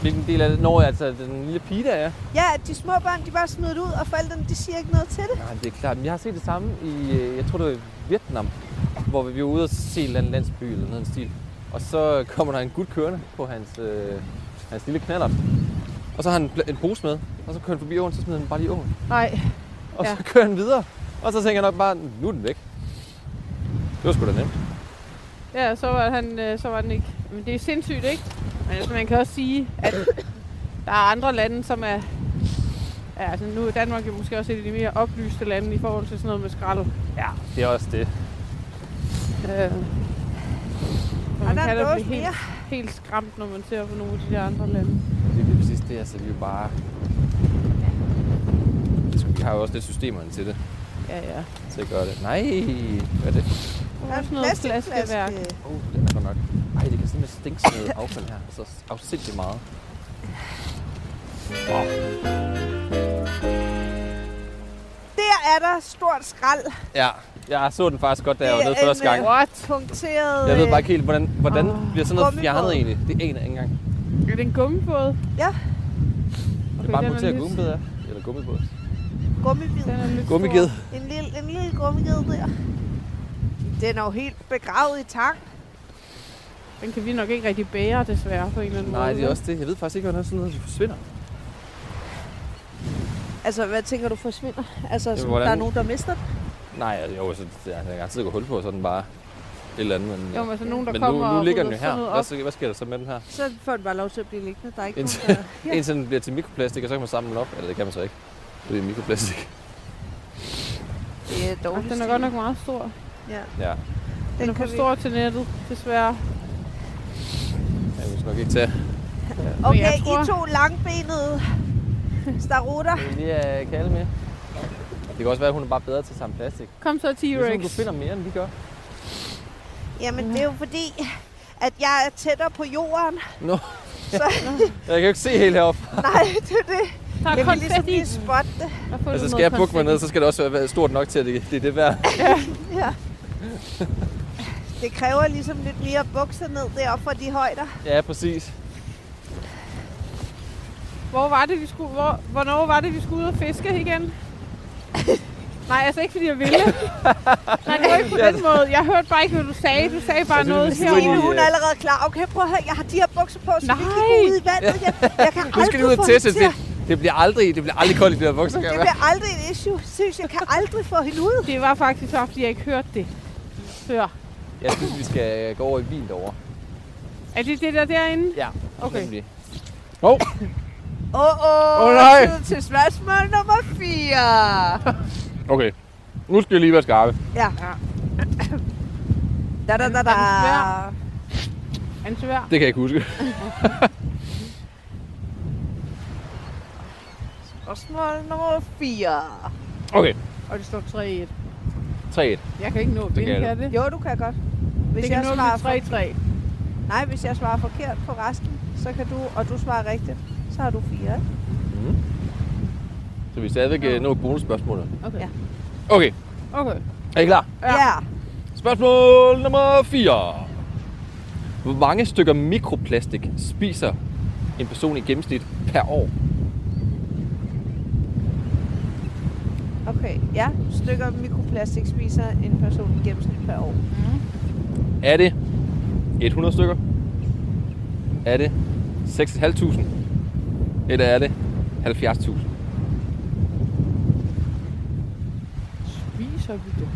[SPEAKER 4] Hvilken del af det? Nå, altså den lille pige der, ja.
[SPEAKER 1] Ja, at de små børn, de bare smider det ud, og forældrene, de siger ikke noget til det.
[SPEAKER 4] Nej, det er klart. Men jeg har set det samme i, øh, jeg tror det var i Vietnam, hvor vi var ude og se en eller anden landsby eller noget i den stil. Og så kommer der en gut kørende på hans, øh, hans lille knallert. Og så har han pla- en pose med, og så kører han forbi åen, så smider han bare lige i åen.
[SPEAKER 2] Nej,
[SPEAKER 4] Og
[SPEAKER 2] Ja.
[SPEAKER 4] så kører han videre, og så tænker jeg nok bare, nu er den væk. Det var sgu da nemt.
[SPEAKER 2] ja, så var, han, øh, så var den ikke. Men det er sindssygt, ikke? Men altså, man kan også sige, at der er andre lande, som er... Ja, altså nu er Danmark jo måske også et af de mere oplyste lande i forhold til sådan noget med skrald.
[SPEAKER 4] Ja, det er også det.
[SPEAKER 2] Øh,
[SPEAKER 1] Og
[SPEAKER 2] man
[SPEAKER 1] der er
[SPEAKER 2] kan
[SPEAKER 1] en
[SPEAKER 2] da
[SPEAKER 1] dåse
[SPEAKER 2] blive helt,
[SPEAKER 1] mere.
[SPEAKER 2] helt skræmt, når man ser på nogle af de der andre lande.
[SPEAKER 4] Det er lige præcis det, altså vi er jo bare... Det skal- Vi har jo også lidt systemerne til det,
[SPEAKER 2] Ja, ja.
[SPEAKER 4] til at gøre det. Nej, hvad er det?
[SPEAKER 1] Der er
[SPEAKER 2] sådan
[SPEAKER 1] en
[SPEAKER 2] noget
[SPEAKER 1] plastikflaske.
[SPEAKER 2] flaskeværk.
[SPEAKER 4] Oh, den er godt nok. Ej, det kan simpelthen stinke sådan noget affald her. Altså afsindigt meget.
[SPEAKER 1] Der er der stort skrald.
[SPEAKER 4] Ja, jeg så den faktisk godt, da jeg
[SPEAKER 1] Det
[SPEAKER 4] var
[SPEAKER 1] er
[SPEAKER 4] nede første
[SPEAKER 1] en,
[SPEAKER 4] gang.
[SPEAKER 2] What?
[SPEAKER 1] Punkteret.
[SPEAKER 4] Jeg ved
[SPEAKER 1] øh,
[SPEAKER 4] bare ikke helt, hvordan, hvordan
[SPEAKER 2] Åh,
[SPEAKER 4] bliver sådan noget
[SPEAKER 1] gummibåd.
[SPEAKER 4] fjernet egentlig. Det aner jeg ikke engang.
[SPEAKER 2] Er det en gummibåd?
[SPEAKER 1] Ja.
[SPEAKER 2] Okay,
[SPEAKER 4] Det er bare
[SPEAKER 2] den
[SPEAKER 4] monteret
[SPEAKER 2] lidt-
[SPEAKER 4] gummibåd af. Eller gummibåd.
[SPEAKER 1] gummibid.
[SPEAKER 2] Den er lidt
[SPEAKER 4] Gummiged.
[SPEAKER 1] En lille, en lille gummiged der. Den er jo helt begravet i tang.
[SPEAKER 2] stor. Den kan vi nok ikke rigtig bære, desværre, på en eller anden måde.
[SPEAKER 4] Nej, det er
[SPEAKER 2] vel?
[SPEAKER 4] også det. Jeg ved faktisk ikke, hvordan sådan noget forsvinder.
[SPEAKER 1] Altså, hvad tænker du forsvinder? Altså,
[SPEAKER 4] Jamen,
[SPEAKER 1] Jamen,
[SPEAKER 4] hvordan-
[SPEAKER 1] der er nogen, der mister den?
[SPEAKER 4] Nej, altså, jo, så ja, jeg kan altid gå hul på sådan bare et eller andet. Men,
[SPEAKER 2] Jo, men altså nogen, der
[SPEAKER 4] men
[SPEAKER 2] kommer
[SPEAKER 4] nu, nu
[SPEAKER 2] og
[SPEAKER 4] ligger den jo
[SPEAKER 2] rydder
[SPEAKER 4] her.
[SPEAKER 2] sådan noget
[SPEAKER 4] Hvad,
[SPEAKER 2] op.
[SPEAKER 4] så- hvad sker der så med den her?
[SPEAKER 1] Så får den bare lov til at blive liggende. Der er ikke
[SPEAKER 4] Indtil-
[SPEAKER 1] nogen, der... Ja.
[SPEAKER 4] Indtil den bliver til mikroplastik, og så kan man samle den op. Eller det kan man så ikke. Det er mikroplastik.
[SPEAKER 1] Det er
[SPEAKER 2] Ej,
[SPEAKER 1] dårligt.
[SPEAKER 2] den er godt nok meget stor.
[SPEAKER 1] Ja.
[SPEAKER 4] Ja,
[SPEAKER 2] Den er for stor til nettet, desværre.
[SPEAKER 4] jeg vil så nok ikke tage.
[SPEAKER 2] Men
[SPEAKER 1] Okay,
[SPEAKER 2] jeg tror-
[SPEAKER 1] I to langbenede starutter.
[SPEAKER 4] Jeg vil lige uh, kalde med. Det kan også være, at hun er bare bedre til at samle plastik.
[SPEAKER 2] Kom så,
[SPEAKER 4] Ligesom du
[SPEAKER 2] T-Rex.
[SPEAKER 4] finder mere, end vi gør.
[SPEAKER 1] Jamen, det er jo fordi, at jeg er tættere på jorden.
[SPEAKER 4] Nå.
[SPEAKER 1] Så
[SPEAKER 4] Jeg kan jo ikke se helt heroppe.
[SPEAKER 1] nej, det er det.
[SPEAKER 2] Der er
[SPEAKER 1] Jeg vil ligesom
[SPEAKER 2] konfetti.
[SPEAKER 1] lige spotte det.
[SPEAKER 2] Der er fundet
[SPEAKER 4] Altså, skal
[SPEAKER 2] noget
[SPEAKER 4] jeg bukke mig
[SPEAKER 2] konfetti.
[SPEAKER 4] ned, så skal det også være stort nok til, at det, det er det værd.
[SPEAKER 1] Ja. Det kræver ligesom lidt mere bukser ned deroppe fra de højder.
[SPEAKER 4] Ja, præcis.
[SPEAKER 2] Hvor var det, vi skulle, hvor, hvornår var det, vi skulle ud og fiske igen? Nej, altså ikke fordi jeg ville. Nej, det var ikke på den måde. Jeg hørte bare ikke, hvad du sagde. Du sagde bare
[SPEAKER 4] Jeg synes,
[SPEAKER 2] noget
[SPEAKER 4] vi Altså, skal gå ind i-
[SPEAKER 2] herovre.
[SPEAKER 1] Stine, hun er
[SPEAKER 4] øh,
[SPEAKER 1] allerede klar. Okay, prøv at høre. Jeg har de her bukser på, så vi kan
[SPEAKER 2] Nej.
[SPEAKER 1] gå ud i vandet. Jeg, jeg kan
[SPEAKER 4] Nu skal
[SPEAKER 1] aldrig
[SPEAKER 4] de ud
[SPEAKER 1] få
[SPEAKER 4] og
[SPEAKER 1] hende
[SPEAKER 4] teste.
[SPEAKER 1] til
[SPEAKER 4] Det,
[SPEAKER 1] at-
[SPEAKER 4] det bliver aldrig, det bliver aldrig koldt i de der bukser, kan
[SPEAKER 1] Det
[SPEAKER 4] jeg mærke.
[SPEAKER 1] bliver aldrig et issue. Seriøst, jeg kan aldrig få hende ud.
[SPEAKER 2] Det var faktisk bare, fordi jeg ikke hørte det før.
[SPEAKER 4] Jeg synes, vi skal øh, gå over i vin derovre.
[SPEAKER 2] Er det det der derinde?
[SPEAKER 4] Ja,
[SPEAKER 2] Okay.
[SPEAKER 4] nemlig.
[SPEAKER 1] Åh, oh, åh,
[SPEAKER 4] Åh, nej.
[SPEAKER 1] tid til spørgsmål nummer 4.
[SPEAKER 4] Okay. Nu skal jeg lige være skarpe.
[SPEAKER 1] Ja. Da, da, da, da.
[SPEAKER 2] Er den svær? Er den svær?
[SPEAKER 4] Det kan jeg ikke huske.
[SPEAKER 1] Spørgsmål nummer 4.
[SPEAKER 4] Okay.
[SPEAKER 2] Og det står 3-1.
[SPEAKER 4] 3-1.
[SPEAKER 2] Jeg kan ikke nå at
[SPEAKER 4] Det
[SPEAKER 2] vinde,
[SPEAKER 4] kan
[SPEAKER 2] kan jeg det?
[SPEAKER 1] Jo, du kan godt. Hvis
[SPEAKER 2] det
[SPEAKER 1] jeg
[SPEAKER 2] kan nå
[SPEAKER 1] svarer
[SPEAKER 2] med 3-3.
[SPEAKER 1] For, nej, hvis jeg svarer forkert på resten, så kan du, og du svarer rigtigt, så har du 4.
[SPEAKER 4] Så vi stadigvæk øh, nå bonusspørgsmålet.
[SPEAKER 2] Okay.
[SPEAKER 1] Ja.
[SPEAKER 4] Okay.
[SPEAKER 2] Okay.
[SPEAKER 4] Er I klar?
[SPEAKER 1] Ja. ja.
[SPEAKER 4] Spørgsmål nummer 4. Hvor mange stykker mikroplastik spiser en person i gennemsnit per år?
[SPEAKER 1] Okay, ja. Stykker mikroplastik spiser en person i gennemsnit per år.
[SPEAKER 4] Er det 100 stykker? Er det 6.500? Eller er det 70.000?
[SPEAKER 2] Spiser vi det?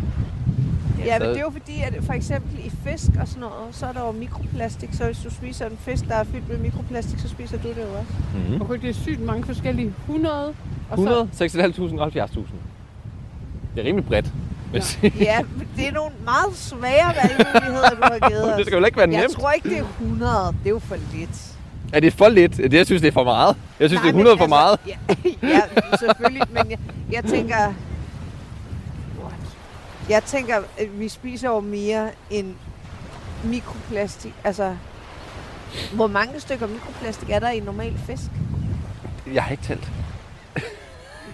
[SPEAKER 1] Ja,
[SPEAKER 4] så-
[SPEAKER 1] men det er jo fordi, at for eksempel i fisk og sådan noget, så er der jo mikroplastik. Så hvis du spiser en fisk, der er fyldt med mikroplastik, så spiser du det jo også.
[SPEAKER 4] Mm-hmm.
[SPEAKER 2] Okay, det er sygt mange forskellige. 100? Og
[SPEAKER 4] 100,
[SPEAKER 2] Så,
[SPEAKER 4] 6.500 og 70.000. Det er rimelig bredt. Hvis ja.
[SPEAKER 1] Ja, men det er nogle meget svære valgmuligheder, du har givet
[SPEAKER 4] det
[SPEAKER 1] os.
[SPEAKER 4] skal jo ikke være
[SPEAKER 1] Jeg
[SPEAKER 4] nemt.
[SPEAKER 1] tror ikke, det er 100. Det er jo for lidt.
[SPEAKER 4] Er det for lidt? Det, jeg synes, det er for meget. Jeg synes, Nej, det er 100 for meget.
[SPEAKER 1] Ja, ja, selvfølgelig, men jeg, jeg tænker... Jeg tænker, at vi spiser jo mere end mikroplastik. Altså, hvor mange stykker mikroplastik er der i en normal fisk?
[SPEAKER 4] Jeg har ikke talt.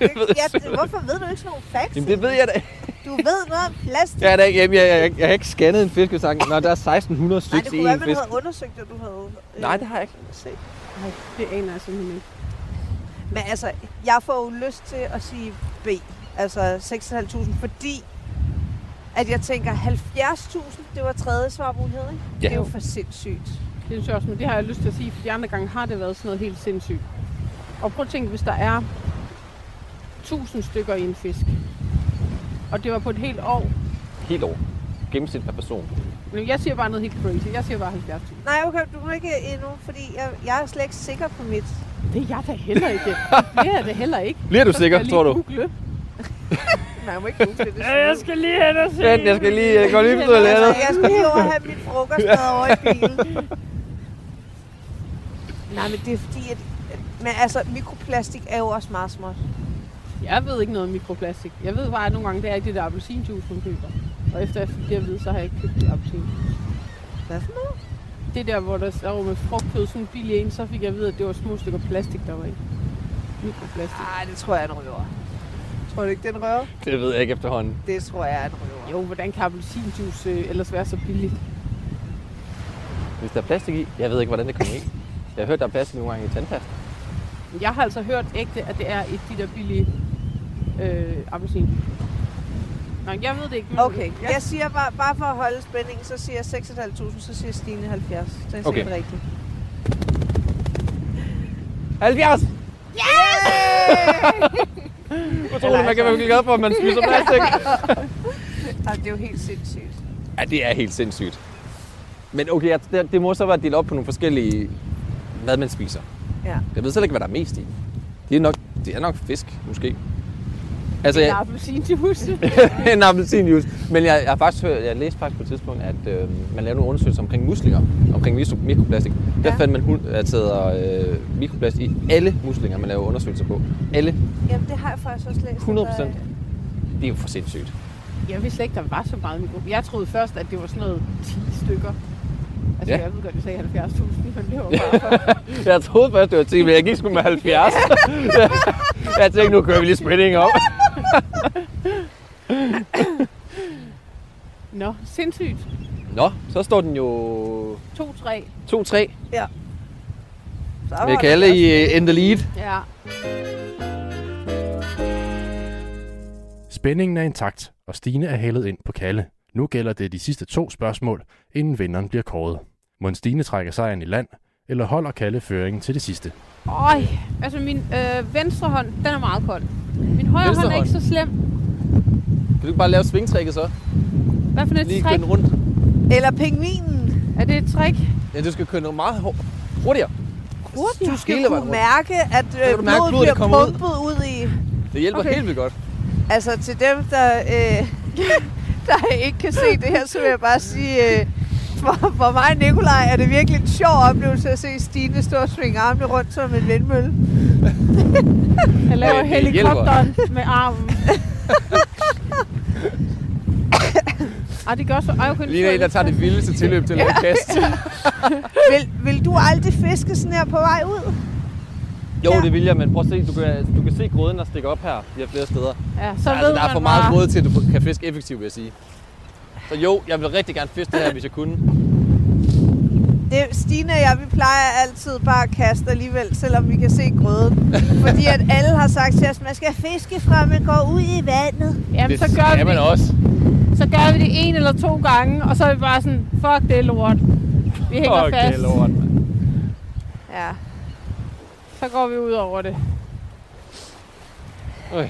[SPEAKER 1] Jeg
[SPEAKER 4] ved det
[SPEAKER 1] ja, hvorfor ved du ikke sådan nogle facts?
[SPEAKER 4] Jamen, det ved jeg da.
[SPEAKER 1] Du ved noget om plastik.
[SPEAKER 4] Jeg, er da ikke, jamen, jeg, jeg, jeg har ikke scannet en fisk og sagt, når der er 1.600
[SPEAKER 1] Nej,
[SPEAKER 4] stykker
[SPEAKER 1] det
[SPEAKER 4] i
[SPEAKER 1] kunne være,
[SPEAKER 4] en
[SPEAKER 1] man
[SPEAKER 4] fisk.
[SPEAKER 1] havde undersøgt, at du havde... øh,
[SPEAKER 4] Nej, det har jeg ikke.
[SPEAKER 1] set.
[SPEAKER 2] nej, det aner jeg simpelthen ikke.
[SPEAKER 1] Men altså, jeg får jo lyst til at sige B, altså 6.500, fordi at jeg tænker 70.000, det var tredje svarmulighed, ikke? Det er jo for sindssygt.
[SPEAKER 2] Det synes jeg også, men det har jeg lyst til at sige, for de andre gange har det været sådan noget helt sindssygt. Og prøv at tænke, hvis der er 1000 stykker i en fisk, og det var på et helt år.
[SPEAKER 4] Helt over. Gennemsnit per person.
[SPEAKER 2] Men jeg siger bare noget helt crazy. Jeg siger bare 70.000.
[SPEAKER 1] Nej, okay, du må ikke endnu, fordi jeg, jeg er slet ikke sikker på mit.
[SPEAKER 2] Det er jeg da heller ikke. Det er jeg da heller ikke.
[SPEAKER 4] Bliver du
[SPEAKER 2] Så skal
[SPEAKER 4] sikker,
[SPEAKER 2] jeg lige
[SPEAKER 4] tror du?
[SPEAKER 2] Google.
[SPEAKER 1] Nej, jeg må ikke google det. det er sygt.
[SPEAKER 2] skal lige hen og se.
[SPEAKER 4] Vent, jeg skal lige jeg går lige på
[SPEAKER 1] Altså,
[SPEAKER 4] toilettet.
[SPEAKER 1] jeg skal lige over og have mit frokostmad over i bilen. Nej, men det er fordi, at... Men altså, mikroplastik er jo også meget småt.
[SPEAKER 2] Jeg ved ikke noget om mikroplastik. Jeg ved bare, at nogle gange det er ikke det der appelsinjuice, hun køber. Og efter jeg fik det at vide, så har jeg ikke købt det appelsin.
[SPEAKER 1] Hvad for noget?
[SPEAKER 2] Det der, hvor der står med frugtkød, sådan en billig en, så fik jeg at vide, at det var små stykker plastik, der var i. Mikroplastik.
[SPEAKER 1] Nej, det tror jeg er en røver. Tror du ikke, det er en røver?
[SPEAKER 4] Det ved jeg ikke efterhånden.
[SPEAKER 1] Det tror jeg er en røver.
[SPEAKER 2] Jo, hvordan kan appelsinjuice øh, ellers være så billigt?
[SPEAKER 4] Hvis der er plastik i, jeg ved ikke, hvordan det kommer i. Jeg har hørt, der er plastik nogle gange i tandpasta.
[SPEAKER 2] Men Jeg har altså hørt ægte, at det er et de der billige øh, appelsin. Nå, jeg ved det ikke. men-
[SPEAKER 1] Okay, jeg siger bare, bare for at holde spændingen, så siger jeg 6.500, så siger Stine 70. Det er
[SPEAKER 4] Okay.
[SPEAKER 1] sikkert rigtigt.
[SPEAKER 4] 70! Yes! Utroligt, man kan være glad for, at man spiser plastik.
[SPEAKER 1] Altså, det er jo helt sindssygt.
[SPEAKER 4] ja, det er helt sindssygt. Men okay, jeg- det, det må så være delt op på nogle forskellige, hvad man spiser.
[SPEAKER 1] Ja.
[SPEAKER 4] Jeg ved selv ikke, hvad der er mest i. Det er nok, det er nok fisk, måske. Altså,
[SPEAKER 2] En
[SPEAKER 4] jeg,
[SPEAKER 2] appelsinjuice.
[SPEAKER 4] en appelsinjuice. Men jeg, jeg, har faktisk hørt, jeg læste faktisk på et tidspunkt, at øh, man lavede nogle undersøgelser omkring muslinger, omkring miso- mikroplastik. Der
[SPEAKER 1] Ja.
[SPEAKER 4] fandt man, hun- at der øh, mikroplast i alle muslinger, man laver undersøgelser på. Alle.
[SPEAKER 1] Jamen, det har jeg faktisk også læst.
[SPEAKER 4] 100%.
[SPEAKER 1] at der-
[SPEAKER 4] Det er jo for sindssygt.
[SPEAKER 2] Jeg vidste slet ikke, der var så meget mikro. Jeg troede først, at det var sådan noget 10 stykker. Altså,
[SPEAKER 4] Ja.
[SPEAKER 2] ja. jeg ved godt, jeg sagde 70.000, men det var bare for...
[SPEAKER 4] Jeg troede først, det var 10, men jeg gik sgu med 70. jeg tænkte, nu kører vi lige spændingen op.
[SPEAKER 2] Nå, sindssygt.
[SPEAKER 4] Nå, så står den jo
[SPEAKER 2] 2-3.
[SPEAKER 4] 2-3.
[SPEAKER 1] Så
[SPEAKER 4] Med
[SPEAKER 1] holder
[SPEAKER 4] Kalle
[SPEAKER 1] jeg
[SPEAKER 4] i øh, in the lead.
[SPEAKER 2] Ja.
[SPEAKER 3] Spændingen er intakt, og Stine er hældet ind på Kalle. Nu gælder det de sidste to spørgsmål, inden vinderen bliver kåret. Må en Stine trække sejren i land, eller holder Kalle føringen til det sidste?
[SPEAKER 2] Øj, altså min øh, venstre hånd, den er meget kold. Min højre
[SPEAKER 4] Venstre
[SPEAKER 2] hånd er
[SPEAKER 4] hånd?
[SPEAKER 2] ikke så slem.
[SPEAKER 4] Kan du ikke bare lave svingtrækket så?
[SPEAKER 2] Hvad for
[SPEAKER 4] Lige
[SPEAKER 2] et trick?
[SPEAKER 4] køre den rundt.
[SPEAKER 1] også. Eller pingvinen.
[SPEAKER 2] Er det et trick?
[SPEAKER 4] Ja, du skal køre noget meget hår- hurtigere.
[SPEAKER 1] Du skal
[SPEAKER 4] Hele vejen
[SPEAKER 1] kunne
[SPEAKER 4] rundt.
[SPEAKER 1] mærke, at øh,
[SPEAKER 4] kan du mærke,
[SPEAKER 1] blodet
[SPEAKER 4] blodet
[SPEAKER 1] bliver
[SPEAKER 4] kommer ud.
[SPEAKER 1] pumpet ud. i...
[SPEAKER 4] Det hjælper
[SPEAKER 2] Okay.
[SPEAKER 4] okay. helt vildt godt.
[SPEAKER 1] Altså, til dem, der, øh, der ikke kan se det her, så vil jeg bare sige... Øh, for, for mig og Nikolaj er det virkelig en sjov oplevelse at se Stine stå og svinge armene rundt som en vindmølle.
[SPEAKER 2] Jeg laver
[SPEAKER 4] Øh, det hjælper.
[SPEAKER 2] helikopteren med armen. Ej, det gør så... Ej, okay, nu
[SPEAKER 4] Lige
[SPEAKER 2] så
[SPEAKER 4] en, der
[SPEAKER 2] jeg
[SPEAKER 4] tager det vildeste tilløb til at lave et kast.
[SPEAKER 1] Vil, vil du aldrig fiske sådan her på vej ud?
[SPEAKER 4] Jo,
[SPEAKER 1] Ja.
[SPEAKER 4] det vil jeg, men prøv at se, du kan, du kan se grøden, der stikker op her. De har flere steder.
[SPEAKER 2] Ja, så
[SPEAKER 4] altså,
[SPEAKER 2] ved
[SPEAKER 4] der er
[SPEAKER 2] man
[SPEAKER 4] for meget
[SPEAKER 2] bare-
[SPEAKER 4] grøde til, at du kan fiske effektivt, vil jeg sige. Så jo, jeg vil rigtig gerne fiske det her, hvis jeg kunne.
[SPEAKER 1] Det det, Stine og jeg, vi plejer altid bare at kaste alligevel, selvom vi kan se grøden. Fordi at alle har sagt til os, man skal fiske fra, man går ud i vandet.
[SPEAKER 2] Jamen,
[SPEAKER 6] Det
[SPEAKER 2] så gør, vi
[SPEAKER 6] skal man
[SPEAKER 2] det,
[SPEAKER 6] også.
[SPEAKER 2] så gør vi det en eller to gange, og så er vi bare sådan, fuck det lort. Vi hænger
[SPEAKER 6] Fuck, det
[SPEAKER 2] fast.
[SPEAKER 6] er lort, mand.
[SPEAKER 1] Ja.
[SPEAKER 2] Så går vi ud over det.
[SPEAKER 4] Øj.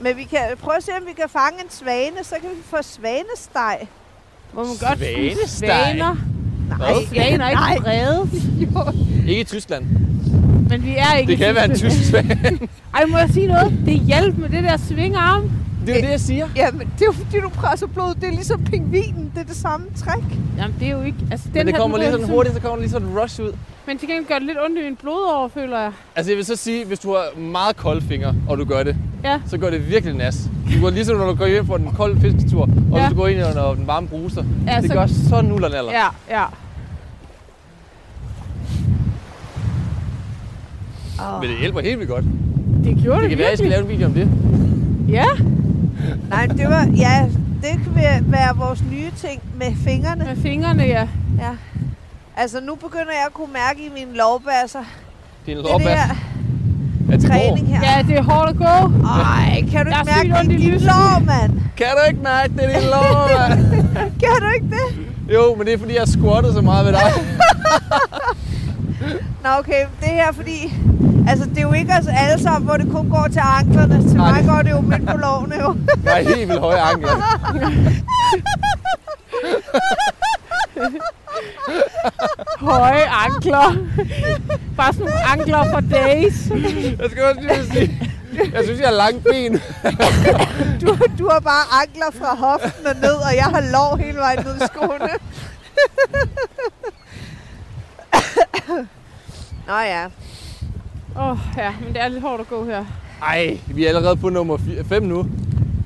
[SPEAKER 1] Men vi kan prøve at se, om vi kan fange en svane, så kan vi få svanesteg.
[SPEAKER 2] Må man godt spise
[SPEAKER 6] Svanesteg?
[SPEAKER 2] svaner? Nej,
[SPEAKER 6] Hvad?
[SPEAKER 2] svaner er ikke reddet.
[SPEAKER 4] Ikke i Tyskland.
[SPEAKER 2] Men vi er ikke
[SPEAKER 4] Det kan være en tysk svag.
[SPEAKER 2] Ej, må jeg sige noget? Det hjalp med det der svingarm.
[SPEAKER 4] Det er jo det, jeg siger.
[SPEAKER 1] Jamen, det er jo fordi, du presser blod. Det er ligesom pingvinen. Det er det samme træk.
[SPEAKER 2] Jamen, det er jo ikke... Altså, den
[SPEAKER 4] Men det
[SPEAKER 2] her,
[SPEAKER 4] kommer
[SPEAKER 2] den
[SPEAKER 4] lige
[SPEAKER 2] ryger
[SPEAKER 4] sådan
[SPEAKER 2] sådan-
[SPEAKER 4] hurtigt, så kommer der lige sådan en rush ud.
[SPEAKER 2] Men til gengæld gør det lidt ondt i min blodår, føler jeg.
[SPEAKER 4] Altså jeg vil så sige, hvis du har meget kolde fingre, og du gør det,
[SPEAKER 2] Ja.
[SPEAKER 4] så gør det virkelig nas. Du går ligesom, når du går hjem på den kolde fisketur, og
[SPEAKER 2] Ja.
[SPEAKER 4] ja. du går ind under den varme bruser.
[SPEAKER 2] Ja,
[SPEAKER 4] Ja, det
[SPEAKER 2] så-
[SPEAKER 4] gør så nullernaller. Ja.
[SPEAKER 2] Ja, ja.
[SPEAKER 1] Oh.
[SPEAKER 4] Men det hjælper helt vildt godt.
[SPEAKER 2] Det gjorde
[SPEAKER 4] Det
[SPEAKER 2] det,
[SPEAKER 4] kan være, jeg
[SPEAKER 2] virkelig.
[SPEAKER 4] skal lave en video om det.
[SPEAKER 2] Ja,
[SPEAKER 1] Nej, men det var... Ja, det kan være- være vores nye ting med fingrene.
[SPEAKER 2] med fingrene, ja.
[SPEAKER 1] Ja. Altså, nu begynder jeg at kunne mærke i mine lovbasser.
[SPEAKER 4] Det er en
[SPEAKER 1] Det er det
[SPEAKER 4] loppas.
[SPEAKER 1] her
[SPEAKER 4] Er det grå?
[SPEAKER 1] træning her.
[SPEAKER 2] Ja, det er hårdt at gå.
[SPEAKER 1] Ej, kan du
[SPEAKER 2] Jeg
[SPEAKER 1] ikke
[SPEAKER 2] er sygt
[SPEAKER 1] mærke
[SPEAKER 2] ondt
[SPEAKER 1] det
[SPEAKER 2] i
[SPEAKER 1] i dit
[SPEAKER 2] lyset.
[SPEAKER 1] lår, mand?
[SPEAKER 4] Kan du ikke mærke det, din lår, mand?
[SPEAKER 1] Kan du ikke det?
[SPEAKER 4] Jo, men det er fordi, jeg har squattet så meget ved dig.
[SPEAKER 1] Nå, okay. Det her er fordi... Altså, det er jo ikke os alle sammen, hvor det kun går til anklerne. Til
[SPEAKER 4] Nej,
[SPEAKER 1] mig
[SPEAKER 4] det-
[SPEAKER 1] går det jo midt på lårene, jo.
[SPEAKER 4] Jeg har helt vildt høje ankler.
[SPEAKER 2] Høje ankler. Bare sådan nogle ankler for days.
[SPEAKER 4] Jeg skal også lige sige, jeg synes, jeg har lange ben.
[SPEAKER 1] Du, du har bare ankler fra hoften og ned, og jeg har lår hele vejen ned i skoene. Nå ja.
[SPEAKER 2] Åh, oh, ja, men det er lidt hårdt at gå her.
[SPEAKER 4] Ej, vi er allerede på nummer 5 nu.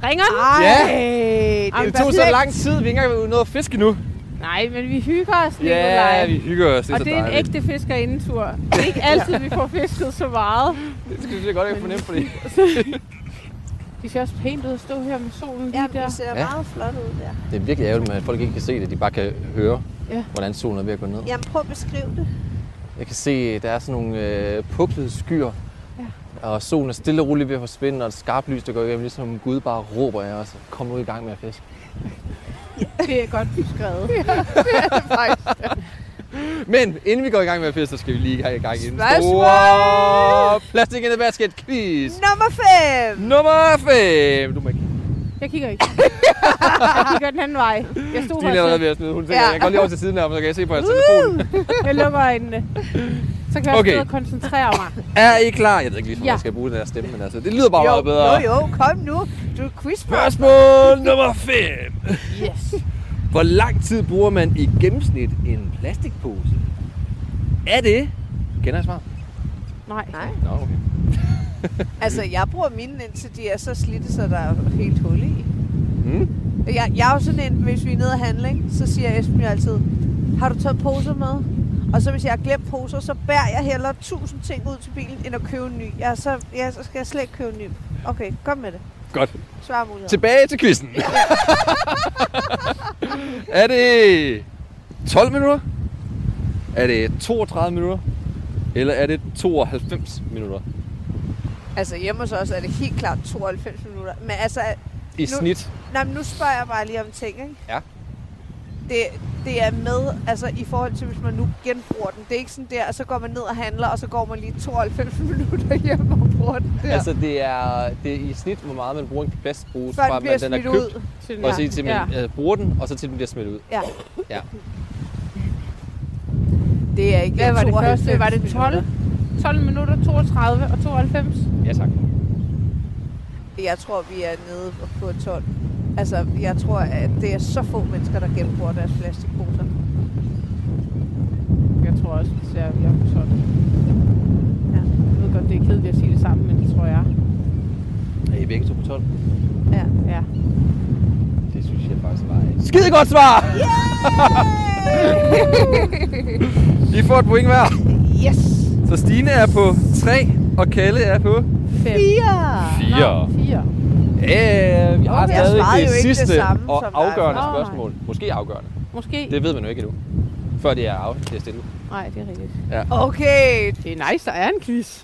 [SPEAKER 2] Ringer den?
[SPEAKER 1] Ej,
[SPEAKER 4] Ja.
[SPEAKER 1] er
[SPEAKER 4] Det tog så
[SPEAKER 1] perfekt.
[SPEAKER 4] lang tid, vi er ikke engang nået at fiske nu.
[SPEAKER 2] Nej, men vi hygger os, Nicolaj.
[SPEAKER 4] Ja, vi hygger os. Det er
[SPEAKER 2] og
[SPEAKER 4] så
[SPEAKER 2] det er en
[SPEAKER 4] dejligt.
[SPEAKER 2] ægte fiskerindetur. Det er ikke altid, vi får fisket så meget.
[SPEAKER 4] Det synes jeg godt, jeg kan fornemme, fordi
[SPEAKER 2] Det ser også pænt ud at stå her med solen lige
[SPEAKER 1] Jamen,
[SPEAKER 2] der.
[SPEAKER 1] det ser
[SPEAKER 4] Ja.
[SPEAKER 1] meget flot ud der.
[SPEAKER 4] Det er virkelig ærgerligt, at folk ikke kan se det. De bare kan høre,
[SPEAKER 2] Ja.
[SPEAKER 4] ja. hvordan solen er ved at gå ned. Ja.
[SPEAKER 1] Jamen, prøv at beskrive det.
[SPEAKER 4] Jeg kan se, at der er sådan nogle øh, puklede skyer. Ja. Og solen er stille og roligt ved at forsvinde, og et skarpt lys, der går igennem, ligesom Gud bare råber af os. Kom nu i gang med at fiske.
[SPEAKER 2] Det er godt beskrevet.
[SPEAKER 4] Men inden vi går i gang med at fiske, så skal vi lige have i gang i den store
[SPEAKER 1] Spørgsmål!
[SPEAKER 4] Plastic in the Basket quiz.
[SPEAKER 1] Nummer 5!
[SPEAKER 4] Nummer 5. Du må ikke
[SPEAKER 2] Jeg kigger ikke. Jeg kigger den anden vej. Jeg stod
[SPEAKER 4] Stine er allerede
[SPEAKER 2] her.
[SPEAKER 4] ved at smide. Hun tænker,
[SPEAKER 1] Ja.
[SPEAKER 4] ja. jeg går lige over til siden her, så kan jeg se på jeres telefon.
[SPEAKER 2] Jeg lukker øjnene. Så kan jeg okay.
[SPEAKER 4] Okay.
[SPEAKER 2] sidde og koncentrere mig.
[SPEAKER 4] Er I klar? Jeg ved ikke lige, om
[SPEAKER 2] Ja.
[SPEAKER 4] jeg skal bruge den her stemme, men altså, det lyder bare meget bedre.
[SPEAKER 1] jo, jo, kom nu. Du er quizmaster.
[SPEAKER 4] Spørgsmål nummer 5.
[SPEAKER 2] Yes.
[SPEAKER 4] Hvor lang tid bruger man i gennemsnit en plastikpose? Er det... Kender jeg svaret?
[SPEAKER 2] Nej.
[SPEAKER 1] Nej.
[SPEAKER 4] Nå, okay.
[SPEAKER 1] Altså, jeg bruger mine, indtil de er så slidte, så der er helt hul i.
[SPEAKER 4] Mm.
[SPEAKER 1] Jeg, jeg er jo sådan en, hvis vi er nede og handle, ikke, så siger Esben jo altid, har du taget poser med? Og så hvis jeg har glemt poser, så bærer jeg hellere tusind ting ud til bilen, end at købe en ny. Jeg er så, ja, så skal jeg slet ikke købe en ny. Okay, kom med det.
[SPEAKER 4] Godt.
[SPEAKER 1] Svar mulighed.
[SPEAKER 4] Tilbage til quizzen. er det 12 minutter? Er det 32 minutter? Eller er det 92 minutter
[SPEAKER 1] Altså hjemme hos os er det helt klart 92 minutter. Men altså,
[SPEAKER 4] i
[SPEAKER 1] Nu-
[SPEAKER 4] snit?
[SPEAKER 1] nej, men nu spørger jeg bare lige om ting, ikke?
[SPEAKER 4] Ja.
[SPEAKER 1] Det, det er med, altså i forhold til, hvis man nu genbruger den. Det er ikke sådan der, og så går man ned og handler, og så går man lige 92 minutter hjem og bruger den der.
[SPEAKER 4] Altså, det er, det er i snit, hvor meget man bruger en plastpose,
[SPEAKER 1] før
[SPEAKER 4] fra
[SPEAKER 1] den bliver
[SPEAKER 4] man den er
[SPEAKER 1] smidt
[SPEAKER 4] købt,
[SPEAKER 1] ud.
[SPEAKER 2] Til den
[SPEAKER 4] og
[SPEAKER 2] her.
[SPEAKER 4] så til man øh, bruger den, og så til den bliver smidt ud.
[SPEAKER 1] Ja.
[SPEAKER 4] Ja.
[SPEAKER 1] Det er ikke
[SPEAKER 2] Hvad var det
[SPEAKER 1] 92
[SPEAKER 2] første? Var det 12?
[SPEAKER 1] minutter.
[SPEAKER 2] 12 minutter, 32 og 92.
[SPEAKER 4] Ja, tak.
[SPEAKER 1] Jeg tror, vi er nede på 12. Altså, jeg tror, at det er så få mennesker, der genbruger deres plastikposer.
[SPEAKER 2] Jeg tror også, det ser vi er på 12. Ja. Jeg ved godt, det er kedeligt at sige det samme, men det tror jeg.
[SPEAKER 4] Er I begge to på 12?
[SPEAKER 1] Ja.
[SPEAKER 2] Ja.
[SPEAKER 4] Det synes jeg faktisk var et skide godt svar! Yeah! I får et point hver.
[SPEAKER 1] Yes!
[SPEAKER 4] Så Stine er på 3, og Kalle er på
[SPEAKER 2] 5.
[SPEAKER 1] 4!
[SPEAKER 2] 4.
[SPEAKER 4] Øh, vi har
[SPEAKER 1] Okay. Jeg
[SPEAKER 4] stadig
[SPEAKER 1] svarede jo
[SPEAKER 4] det
[SPEAKER 1] ikke det
[SPEAKER 4] sidste
[SPEAKER 1] samme
[SPEAKER 4] og
[SPEAKER 1] som dig.
[SPEAKER 4] afgørende
[SPEAKER 2] Nå, nej.
[SPEAKER 4] spørgsmål. Måske afgørende.
[SPEAKER 2] Måske.
[SPEAKER 4] Det ved man jo ikke endnu. før det er af, det er stillet.
[SPEAKER 7] Nej, det er rigtigt.
[SPEAKER 1] Okay.
[SPEAKER 2] Det er nice, der er en quiz.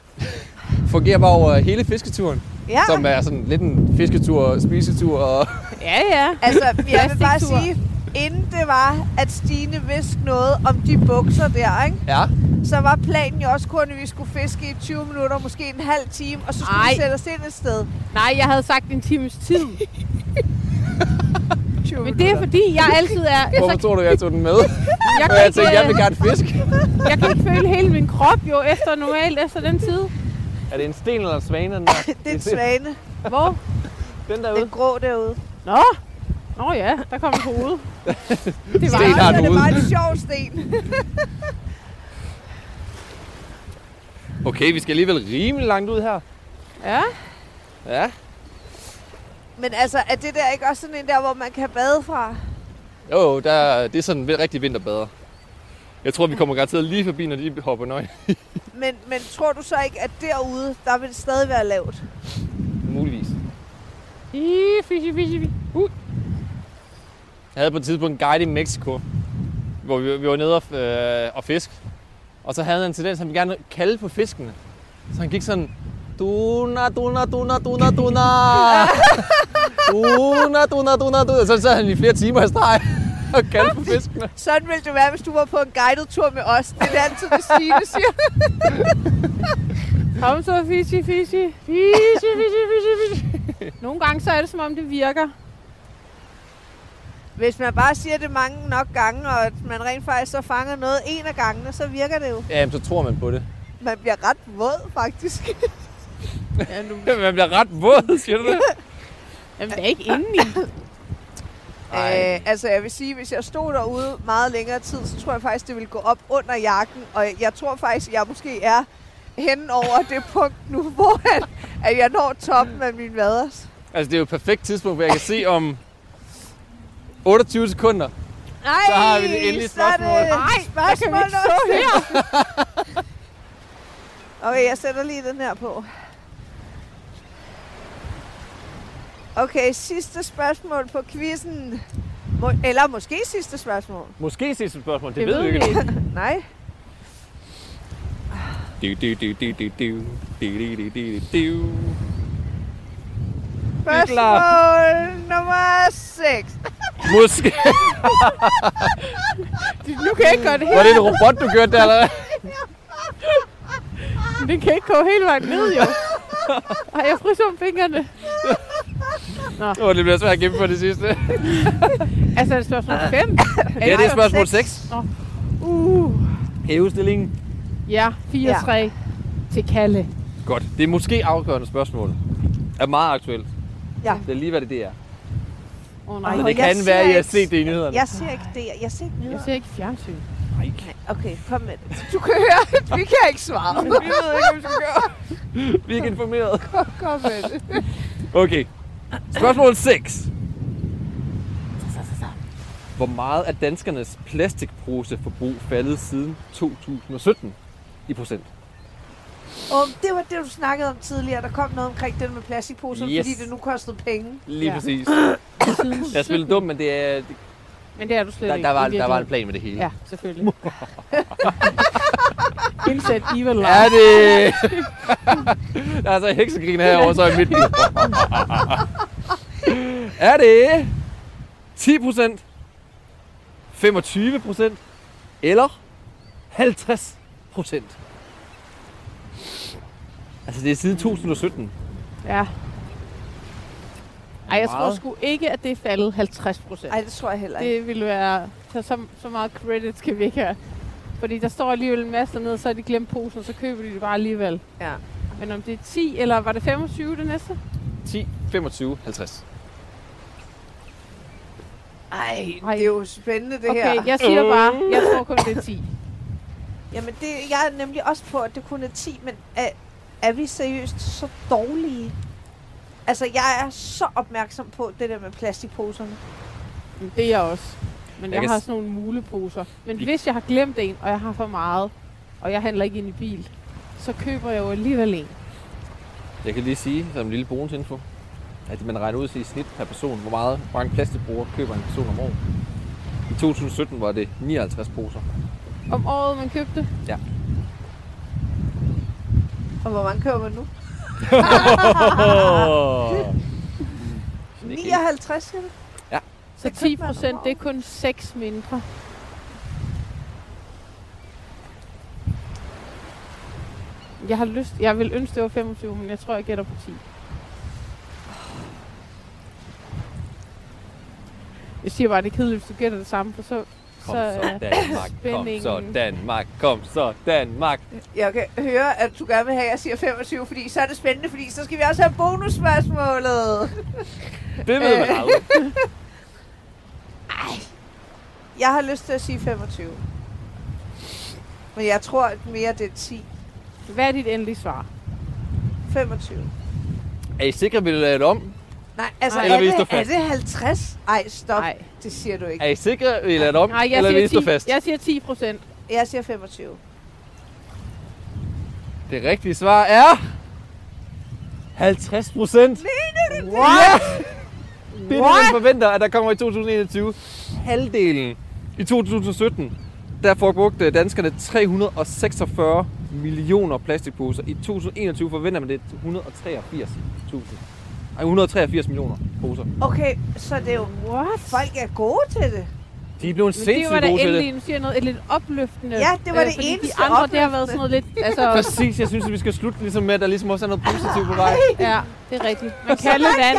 [SPEAKER 4] Fungerer bare over hele fisketuren,
[SPEAKER 1] Ja,
[SPEAKER 4] som er sådan lidt en fisketur, spisetur og...
[SPEAKER 2] Ja, ja.
[SPEAKER 1] altså jeg vil bare
[SPEAKER 2] Plastiktur.
[SPEAKER 1] sige, inden det var, at Stine vidste noget om de bukser der, ikke?
[SPEAKER 4] Ja,
[SPEAKER 1] så var planen jo også kun, at vi skulle fiske i 20 minutter, måske en halv time, og så skulle Ej.
[SPEAKER 2] Ej.
[SPEAKER 1] vi sætte os ind et sted.
[SPEAKER 2] Nej, jeg havde sagt en times tid. Men det er fordi, jeg altid er...
[SPEAKER 4] hvorfor
[SPEAKER 2] Altså,
[SPEAKER 4] tror du, jeg tog den med?
[SPEAKER 2] jeg,
[SPEAKER 4] Og
[SPEAKER 2] kan
[SPEAKER 4] jeg tænkte, jeg vil
[SPEAKER 2] ikke,
[SPEAKER 4] gerne fiske.
[SPEAKER 2] øh, jeg kan ikke føle hele min krop jo efter normalt, efter den tid.
[SPEAKER 4] Er det en sten eller en svane, den der?
[SPEAKER 1] Det er en svane.
[SPEAKER 2] Hvor?
[SPEAKER 4] Den
[SPEAKER 1] Den grå derude.
[SPEAKER 2] Nå! Nå ja, der kom et hoved.
[SPEAKER 1] Det
[SPEAKER 4] Sten har
[SPEAKER 1] var,
[SPEAKER 4] et
[SPEAKER 1] det
[SPEAKER 4] hoved.
[SPEAKER 1] var en sjov sten.
[SPEAKER 4] Okay, vi skal alligevel rimelig langt ud her.
[SPEAKER 2] Ja.
[SPEAKER 4] Ja.
[SPEAKER 1] Men altså, er det der ikke også sådan en der, hvor man kan bade fra?
[SPEAKER 4] Jo, der, det er sådan vi- rigtig vinterbader. Jeg tror, vi kommer garanteret lige forbi, når de hopper nøgen.
[SPEAKER 1] Men, men tror du så ikke, at derude, der vil det stadig være lavt?
[SPEAKER 4] Muligvis.
[SPEAKER 2] I, fishy, fishy, fishy. Uh.
[SPEAKER 4] Jeg havde på et tidspunkt en guide i Mexico, hvor vi, vi var nede og, øh, og fisk. Og så havde han en tendens, han ville gerne kalde på fiskene. Så han gik sådan... Duna, duna, duna, duna, duna. Duna, duna, duna, duna. Så sad han i flere timer i streg og kaldte på fiskene.
[SPEAKER 1] Sådan ville det være, hvis du var på en guided tur med os. Det er det altid, det Stine siger.
[SPEAKER 2] Kom så, fishy, fishy. Fishy, fishy, fishy, fishy. Nogle gange så er det, som om det virker.
[SPEAKER 1] Hvis man bare siger det mange nok gange, og at man rent faktisk så fanger noget en af gangene, så virker det jo.
[SPEAKER 4] Jamen, så tror man på det.
[SPEAKER 1] Man bliver ret våd, faktisk.
[SPEAKER 4] Man bliver ret våd, siger du det?
[SPEAKER 2] Jamen, det er ikke indeni.
[SPEAKER 4] Ej.
[SPEAKER 1] Øh, altså jeg vil sige, hvis jeg stod derude meget længere tid, så tror jeg faktisk, det ville gå op under jakken. Og jeg tror faktisk, jeg måske er hen over det punkt nu, hvor at, at jeg når toppen af min vaders.
[SPEAKER 4] Altså, det er jo et perfekt tidspunkt, hvor jeg kan se om 28 sekunder.
[SPEAKER 1] Nej,
[SPEAKER 4] Så har vi det endelige spørgsmål.
[SPEAKER 1] Nej,
[SPEAKER 2] der kan vi ikke stå her.
[SPEAKER 1] Okay, jeg sætter lige den her på. Okay, sidste spørgsmål på quizzen. Må, eller måske sidste spørgsmål.
[SPEAKER 4] Måske sidste spørgsmål,
[SPEAKER 2] Det ved vi ikke.
[SPEAKER 1] Nej.
[SPEAKER 4] Du, du, du, du, du, du. Du, du, du, du, du, du. er klar.
[SPEAKER 1] Spørgsmål nummer 6.
[SPEAKER 4] Måske.
[SPEAKER 2] Nu kan jeg ikke gøre det
[SPEAKER 4] Var
[SPEAKER 2] helt.
[SPEAKER 4] det en robot, du kørte der, eller hvad?
[SPEAKER 2] Det kan ikke gå hele vejen ned, jo. Ej, jeg fryser om fingrene.
[SPEAKER 4] Åh, det bliver svært at gennemføre det sidste.
[SPEAKER 2] Altså, er det spørgsmål 5?
[SPEAKER 4] Ja, det er spørgsmål 6.
[SPEAKER 2] Uh.
[SPEAKER 4] Hævestillingen.
[SPEAKER 2] Ja, 4-3 ja. til Kalle.
[SPEAKER 4] Godt. Det er måske afgørende spørgsmål. Er meget aktuelt.
[SPEAKER 1] Ja.
[SPEAKER 4] Det er lige, hvad det det er.
[SPEAKER 2] Åh oh, nej,
[SPEAKER 1] nej.
[SPEAKER 4] Så
[SPEAKER 1] Åh,
[SPEAKER 4] det
[SPEAKER 1] jeg
[SPEAKER 4] kan
[SPEAKER 1] ser
[SPEAKER 4] være, at I har
[SPEAKER 1] ikke-
[SPEAKER 4] set det i nyhederne.
[SPEAKER 1] Jeg ser ikke det. Jeg ser ikke
[SPEAKER 2] jeg
[SPEAKER 1] videre.
[SPEAKER 2] ser ikke fjernsyn.
[SPEAKER 1] Okay, kom med det. Du kan høre, vi kan ikke svare. vi ved ikke, hvad vi skal gøre.
[SPEAKER 4] Vi er ikke informeret.
[SPEAKER 1] Kom med det.
[SPEAKER 4] Okay. Spørgsmål 6. Hvor meget er danskernes plastikposeforbrug faldet siden 2017 i procent?
[SPEAKER 1] Og det var det, du snakkede om tidligere. Der kom noget omkring det med plastikposer,
[SPEAKER 4] Yes.
[SPEAKER 1] yes. fordi det nu kostede penge.
[SPEAKER 4] Lige
[SPEAKER 2] Ja.
[SPEAKER 4] præcis. Jeg spiller dum, men det er,
[SPEAKER 2] Men det er du slet
[SPEAKER 4] der,
[SPEAKER 2] ikke.
[SPEAKER 4] der, var,
[SPEAKER 2] i
[SPEAKER 4] der var en
[SPEAKER 2] virkeligheden.
[SPEAKER 4] plan med det hele.
[SPEAKER 2] Ja, selvfølgelig. Indsæt evil
[SPEAKER 4] Er
[SPEAKER 2] laugh.
[SPEAKER 4] det... der er så heksegriner herovre, så i midten. er det 10 procent, 25 procent eller 50 procent? Altså, det er siden 2017.
[SPEAKER 2] Ja. Ej, jeg tror
[SPEAKER 4] Meget.
[SPEAKER 2] sgu ikke, at det er faldet 50 procent.
[SPEAKER 1] Nej, det tror jeg heller ikke.
[SPEAKER 2] Det ville være... Så, så, så meget credits kan vi ikke have. Fordi der står alligevel en masse dernede, så har de glemt posen, så køber de det bare alligevel.
[SPEAKER 1] Ja.
[SPEAKER 2] Men om det er 10, eller var det 25 det næste?
[SPEAKER 4] 10, 25, 50.
[SPEAKER 1] Ej, det er jo spændende, det
[SPEAKER 2] Okay,
[SPEAKER 1] her.
[SPEAKER 2] jeg siger bare,
[SPEAKER 4] Øh.
[SPEAKER 2] jeg tror kun, det er 10.
[SPEAKER 1] Jamen, det, jeg er nemlig også på, at det kun er 10, men er, er vi seriøst så dårlige? Altså, jeg er så opmærksom på det der med plastikposerne.
[SPEAKER 2] Men Det er jeg også. Men
[SPEAKER 4] Jeg
[SPEAKER 2] jeg,
[SPEAKER 4] kan
[SPEAKER 2] jeg har
[SPEAKER 4] s-
[SPEAKER 2] sådan nogle muleposer. Men
[SPEAKER 4] Vi-
[SPEAKER 2] hvis jeg har glemt en, og jeg har for meget, og jeg handler ikke ind i bil, så køber jeg jo alligevel en.
[SPEAKER 4] Jeg kan lige sige, som en lille bonusinfo, at man regner ud til i snit per person, hvor meget hvor mange plastikbrugere køber en person om året. I 2017 var det 59 poser.
[SPEAKER 2] om året, man købte.
[SPEAKER 1] Og hvor mange køber man nu?
[SPEAKER 4] Sådan ikke helt.
[SPEAKER 1] 59, siger du?
[SPEAKER 2] Så 10 procent, det er kun 6 mindre. Jeg har lyst, jeg vil ønske, det var 25, men jeg tror, jeg gætter på 10. Jeg siger bare, det er kedeligt, hvis du gætter det samme, for så...
[SPEAKER 4] Kom
[SPEAKER 2] så,
[SPEAKER 4] så,
[SPEAKER 2] øh,
[SPEAKER 4] Danmark. Kom så,
[SPEAKER 2] spændingen.
[SPEAKER 4] Danmark. Kom så, Danmark.
[SPEAKER 1] Jeg kan høre, at du gerne vil have, at jeg siger 25, fordi så er det spændende, fordi så skal vi også have bonusspørgsmålet.
[SPEAKER 4] Det ved man
[SPEAKER 1] Øh.
[SPEAKER 4] aldrig.
[SPEAKER 1] Jeg har lyst til at sige 25. Men jeg tror at mere, det er 10.
[SPEAKER 2] Hvad er dit endelige svar?
[SPEAKER 1] 25.
[SPEAKER 4] Er I sikre, at vi vil lave det om?
[SPEAKER 1] Nej, altså
[SPEAKER 2] Ej,
[SPEAKER 1] er
[SPEAKER 4] eller vi
[SPEAKER 1] det,
[SPEAKER 4] står
[SPEAKER 1] er
[SPEAKER 4] fast.
[SPEAKER 1] det 50? Ej, stop.
[SPEAKER 2] Nej.
[SPEAKER 1] Det siger du
[SPEAKER 4] Er
[SPEAKER 1] ikke.
[SPEAKER 4] I sikre, at vi lader det om?
[SPEAKER 2] Nej, jeg,
[SPEAKER 4] eller vil I stå
[SPEAKER 2] siger 10,
[SPEAKER 4] fast?
[SPEAKER 2] jeg siger 10 procent.
[SPEAKER 1] Jeg siger 25.
[SPEAKER 4] Det rigtige svar er... 50 procent.
[SPEAKER 1] Mener du det?
[SPEAKER 4] Det er det, man forventer, at der kommer i 2021. Halvdelen. I 2017, der forbrugte danskerne 346 millioner plastikposer. I 2021 forventer man det er 183.000. Ej, 183 millioner poser.
[SPEAKER 1] Okay, så det er jo...
[SPEAKER 2] What?
[SPEAKER 1] Folk er gode til det.
[SPEAKER 4] De er blevet
[SPEAKER 2] Men det var
[SPEAKER 4] sindssygt
[SPEAKER 2] da
[SPEAKER 4] gode til det.
[SPEAKER 2] endelig, nu siger jeg noget, et lidt opløftende. øh,
[SPEAKER 1] Ja, det var det
[SPEAKER 2] fordi
[SPEAKER 1] eneste
[SPEAKER 2] de andre, det har været sådan
[SPEAKER 1] opløftende.
[SPEAKER 2] noget lidt, altså,
[SPEAKER 4] Præcis, jeg synes, at vi skal slutte ligesom med, at der ligesom også er noget positivt på vej.
[SPEAKER 2] Ja, det er rigtigt. Man kan lidt vand.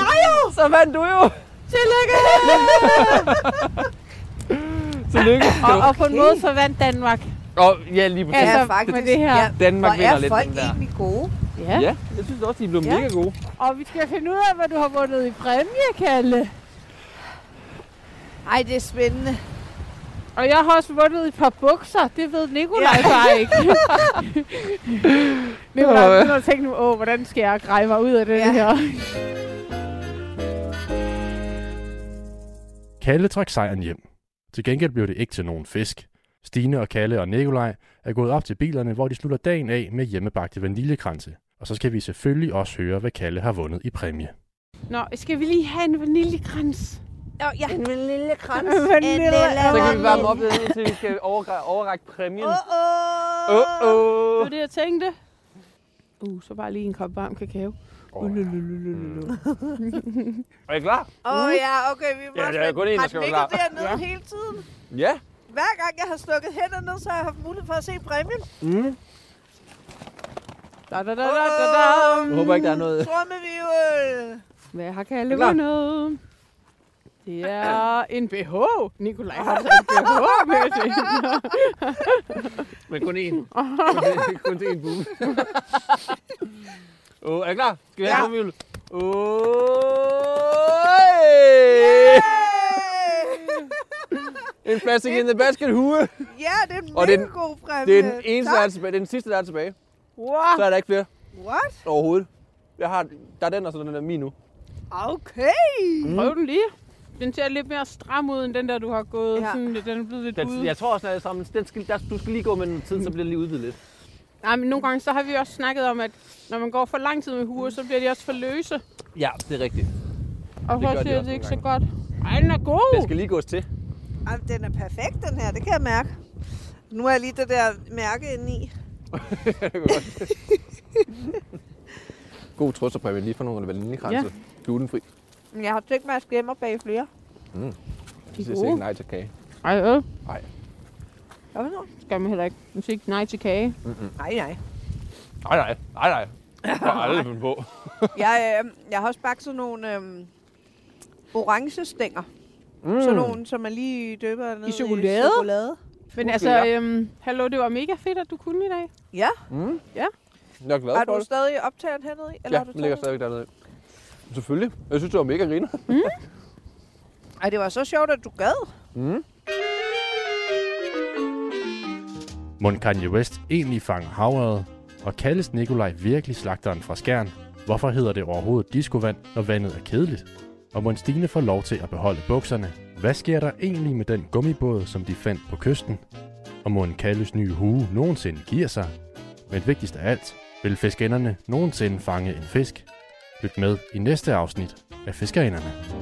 [SPEAKER 4] Så vandt du jo!
[SPEAKER 2] Tillykke!
[SPEAKER 4] Tillykke.
[SPEAKER 2] Og, og på en måde så vandt Danmark.
[SPEAKER 4] Og ja, lige præcis.
[SPEAKER 2] Altså,
[SPEAKER 4] Ja,
[SPEAKER 2] faktisk. med det her.
[SPEAKER 1] Ja,
[SPEAKER 4] Danmark
[SPEAKER 1] hvor er
[SPEAKER 4] vinder lidt
[SPEAKER 1] folk
[SPEAKER 4] den der.
[SPEAKER 1] egentlig gode?
[SPEAKER 2] Ja.
[SPEAKER 4] ja, jeg synes også, de er blevet
[SPEAKER 1] Ja.
[SPEAKER 4] mega gode.
[SPEAKER 2] Og vi skal finde ud af, hvad du har vundet i præmie, Kalle.
[SPEAKER 1] Ej, det er spændende.
[SPEAKER 2] Og jeg har også vundet et par bukser. Det ved Nikolaj ja. bare ikke. Nikolaj
[SPEAKER 4] Øh.
[SPEAKER 2] begynder at tænke nu, åh, hvordan skal jeg greje mig ud af det
[SPEAKER 1] Ja.
[SPEAKER 2] ja. her?
[SPEAKER 3] Kalle trak sejren hjem. Til gengæld blev det ikke til nogen fisk. Stine og Kalle og Nikolaj er gået op til bilerne, hvor de slutter dagen af med hjemmebagte vaniljekranse. Og så skal vi selvfølgelig også høre, hvad Kalle har vundet i præmie.
[SPEAKER 2] Nå, skal vi lige have en vaniljekrans?
[SPEAKER 1] Nå, ja. En lille krans.
[SPEAKER 2] En lille-
[SPEAKER 4] Så kan vi varme
[SPEAKER 2] men-
[SPEAKER 4] op lidt, indtil vi skal overrække, overrække præmien.
[SPEAKER 1] Åh, åh.
[SPEAKER 4] Åh,
[SPEAKER 2] Det
[SPEAKER 4] åh.
[SPEAKER 2] var det, jeg tænkte. Uh, så bare lige en kop varm kakao.
[SPEAKER 4] Er I klar?
[SPEAKER 1] Åh, ja, okay, vi må
[SPEAKER 4] Ja,
[SPEAKER 1] også
[SPEAKER 4] der er
[SPEAKER 1] vente.
[SPEAKER 4] kun én, der
[SPEAKER 1] Har
[SPEAKER 4] skal
[SPEAKER 1] den
[SPEAKER 4] være
[SPEAKER 1] ligget
[SPEAKER 4] klar.
[SPEAKER 1] dernede
[SPEAKER 2] Ja.
[SPEAKER 1] hele tiden?
[SPEAKER 4] Ja.
[SPEAKER 1] Hver gang jeg har stukket hænderne ned, så har jeg haft mulighed for at se præmien.
[SPEAKER 2] Da, da, da, da, da, da.
[SPEAKER 4] Jeg håber ikke, der er noget...
[SPEAKER 1] Trummevivel.
[SPEAKER 2] Hvad har Kalle
[SPEAKER 4] klar?
[SPEAKER 2] vundet? Det er en BH. Nikolaj har taget en BH med til.
[SPEAKER 4] Men kun én. kun til én bue. Åh, er I klar? Skal vi
[SPEAKER 1] Ja.
[SPEAKER 4] have en jul? Åh, En plastic in the basket hue.
[SPEAKER 1] Ja, det er en
[SPEAKER 4] Og det er
[SPEAKER 1] mega
[SPEAKER 4] den-
[SPEAKER 1] god præmie.
[SPEAKER 4] Det er den eneste, der er
[SPEAKER 1] øh, Tak.
[SPEAKER 4] tilbage. Det er den sidste, der er tilbage.
[SPEAKER 2] Wow.
[SPEAKER 4] Så er der ikke flere
[SPEAKER 1] What?
[SPEAKER 4] overhovedet. Jeg har, der er den, og så den er min nu.
[SPEAKER 1] Okay.
[SPEAKER 2] Prøv den lige. Den ser lidt mere stram ud, end den der, du har gået.
[SPEAKER 1] Ja.
[SPEAKER 2] Ja. Sådan, den er blevet lidt
[SPEAKER 4] Den,
[SPEAKER 2] ude.
[SPEAKER 4] jeg tror også, den er sammen. Den skal, der, du skal lige gå med den tid, så bliver det lige udvidet lidt.
[SPEAKER 2] Nej, men nogle gange så har vi også snakket om, at når man går for lang tid med huer, så bliver de også for løse.
[SPEAKER 4] Ja, det er rigtigt.
[SPEAKER 1] Uh.
[SPEAKER 2] Og
[SPEAKER 4] gør de
[SPEAKER 2] så ser
[SPEAKER 4] også
[SPEAKER 2] det ikke så
[SPEAKER 4] nogle
[SPEAKER 2] godt. Ej, den er god.
[SPEAKER 4] Den skal lige gås til.
[SPEAKER 1] Jamen, den er perfekt, den her. Det kan jeg mærke. Nu er jeg lige det der mærke inde i.
[SPEAKER 4] God trøsterpræmie lige for nogle vaniljekranse. Ja. Glutenfri.
[SPEAKER 1] Men Jeg har tænkt mig, at jeg skal hjem og bage flere.
[SPEAKER 4] De siger
[SPEAKER 2] gode.
[SPEAKER 4] ikke nej til kage.
[SPEAKER 2] Ej, øh,
[SPEAKER 1] Hvad for noget?
[SPEAKER 2] skal man heller ikke. Nu siger ikke nej til kage.
[SPEAKER 1] Nej, nej.
[SPEAKER 4] Nej, nej. Nej, nej. Jeg har aldrig fundet på.
[SPEAKER 1] Jeg, øh, jeg har også bagt sådan nogle øh, orange stænger. Mm. Sådan nogle, som man lige døber ned
[SPEAKER 2] chokolade?
[SPEAKER 1] I chokolade.
[SPEAKER 2] Men
[SPEAKER 4] Okay,
[SPEAKER 2] altså,
[SPEAKER 4] ja.
[SPEAKER 2] øhm, hallo, det var mega fedt, at du kunne i dag.
[SPEAKER 1] Ja.
[SPEAKER 4] Jeg er glad
[SPEAKER 1] Har
[SPEAKER 4] for
[SPEAKER 1] du
[SPEAKER 4] det.
[SPEAKER 1] stadig optageren hernede i? Eller
[SPEAKER 4] Ja,
[SPEAKER 1] har du
[SPEAKER 4] den ligger
[SPEAKER 1] taget
[SPEAKER 4] stadigvæk dernede. Selvfølgelig. Jeg synes, det var mega griner.
[SPEAKER 1] den? Ej, det var så sjovt, at du gad.
[SPEAKER 3] Mon Kanye West egentlig fanger havørret? Og kaldes Nikolaj virkelig slagteren fra Skjern? Hvorfor hedder det overhovedet diskovand, når vandet er kedeligt? Og mon Stine får lov til at beholde bukserne? Hvad sker der egentlig med den gummibåd, som de fandt på kysten? Og må en Kalles nye hue nogensinde giver sig? Men vigtigst af alt, vil fiskenderne nogensinde fange en fisk? Lyt med i næste afsnit af Fiskerinderne.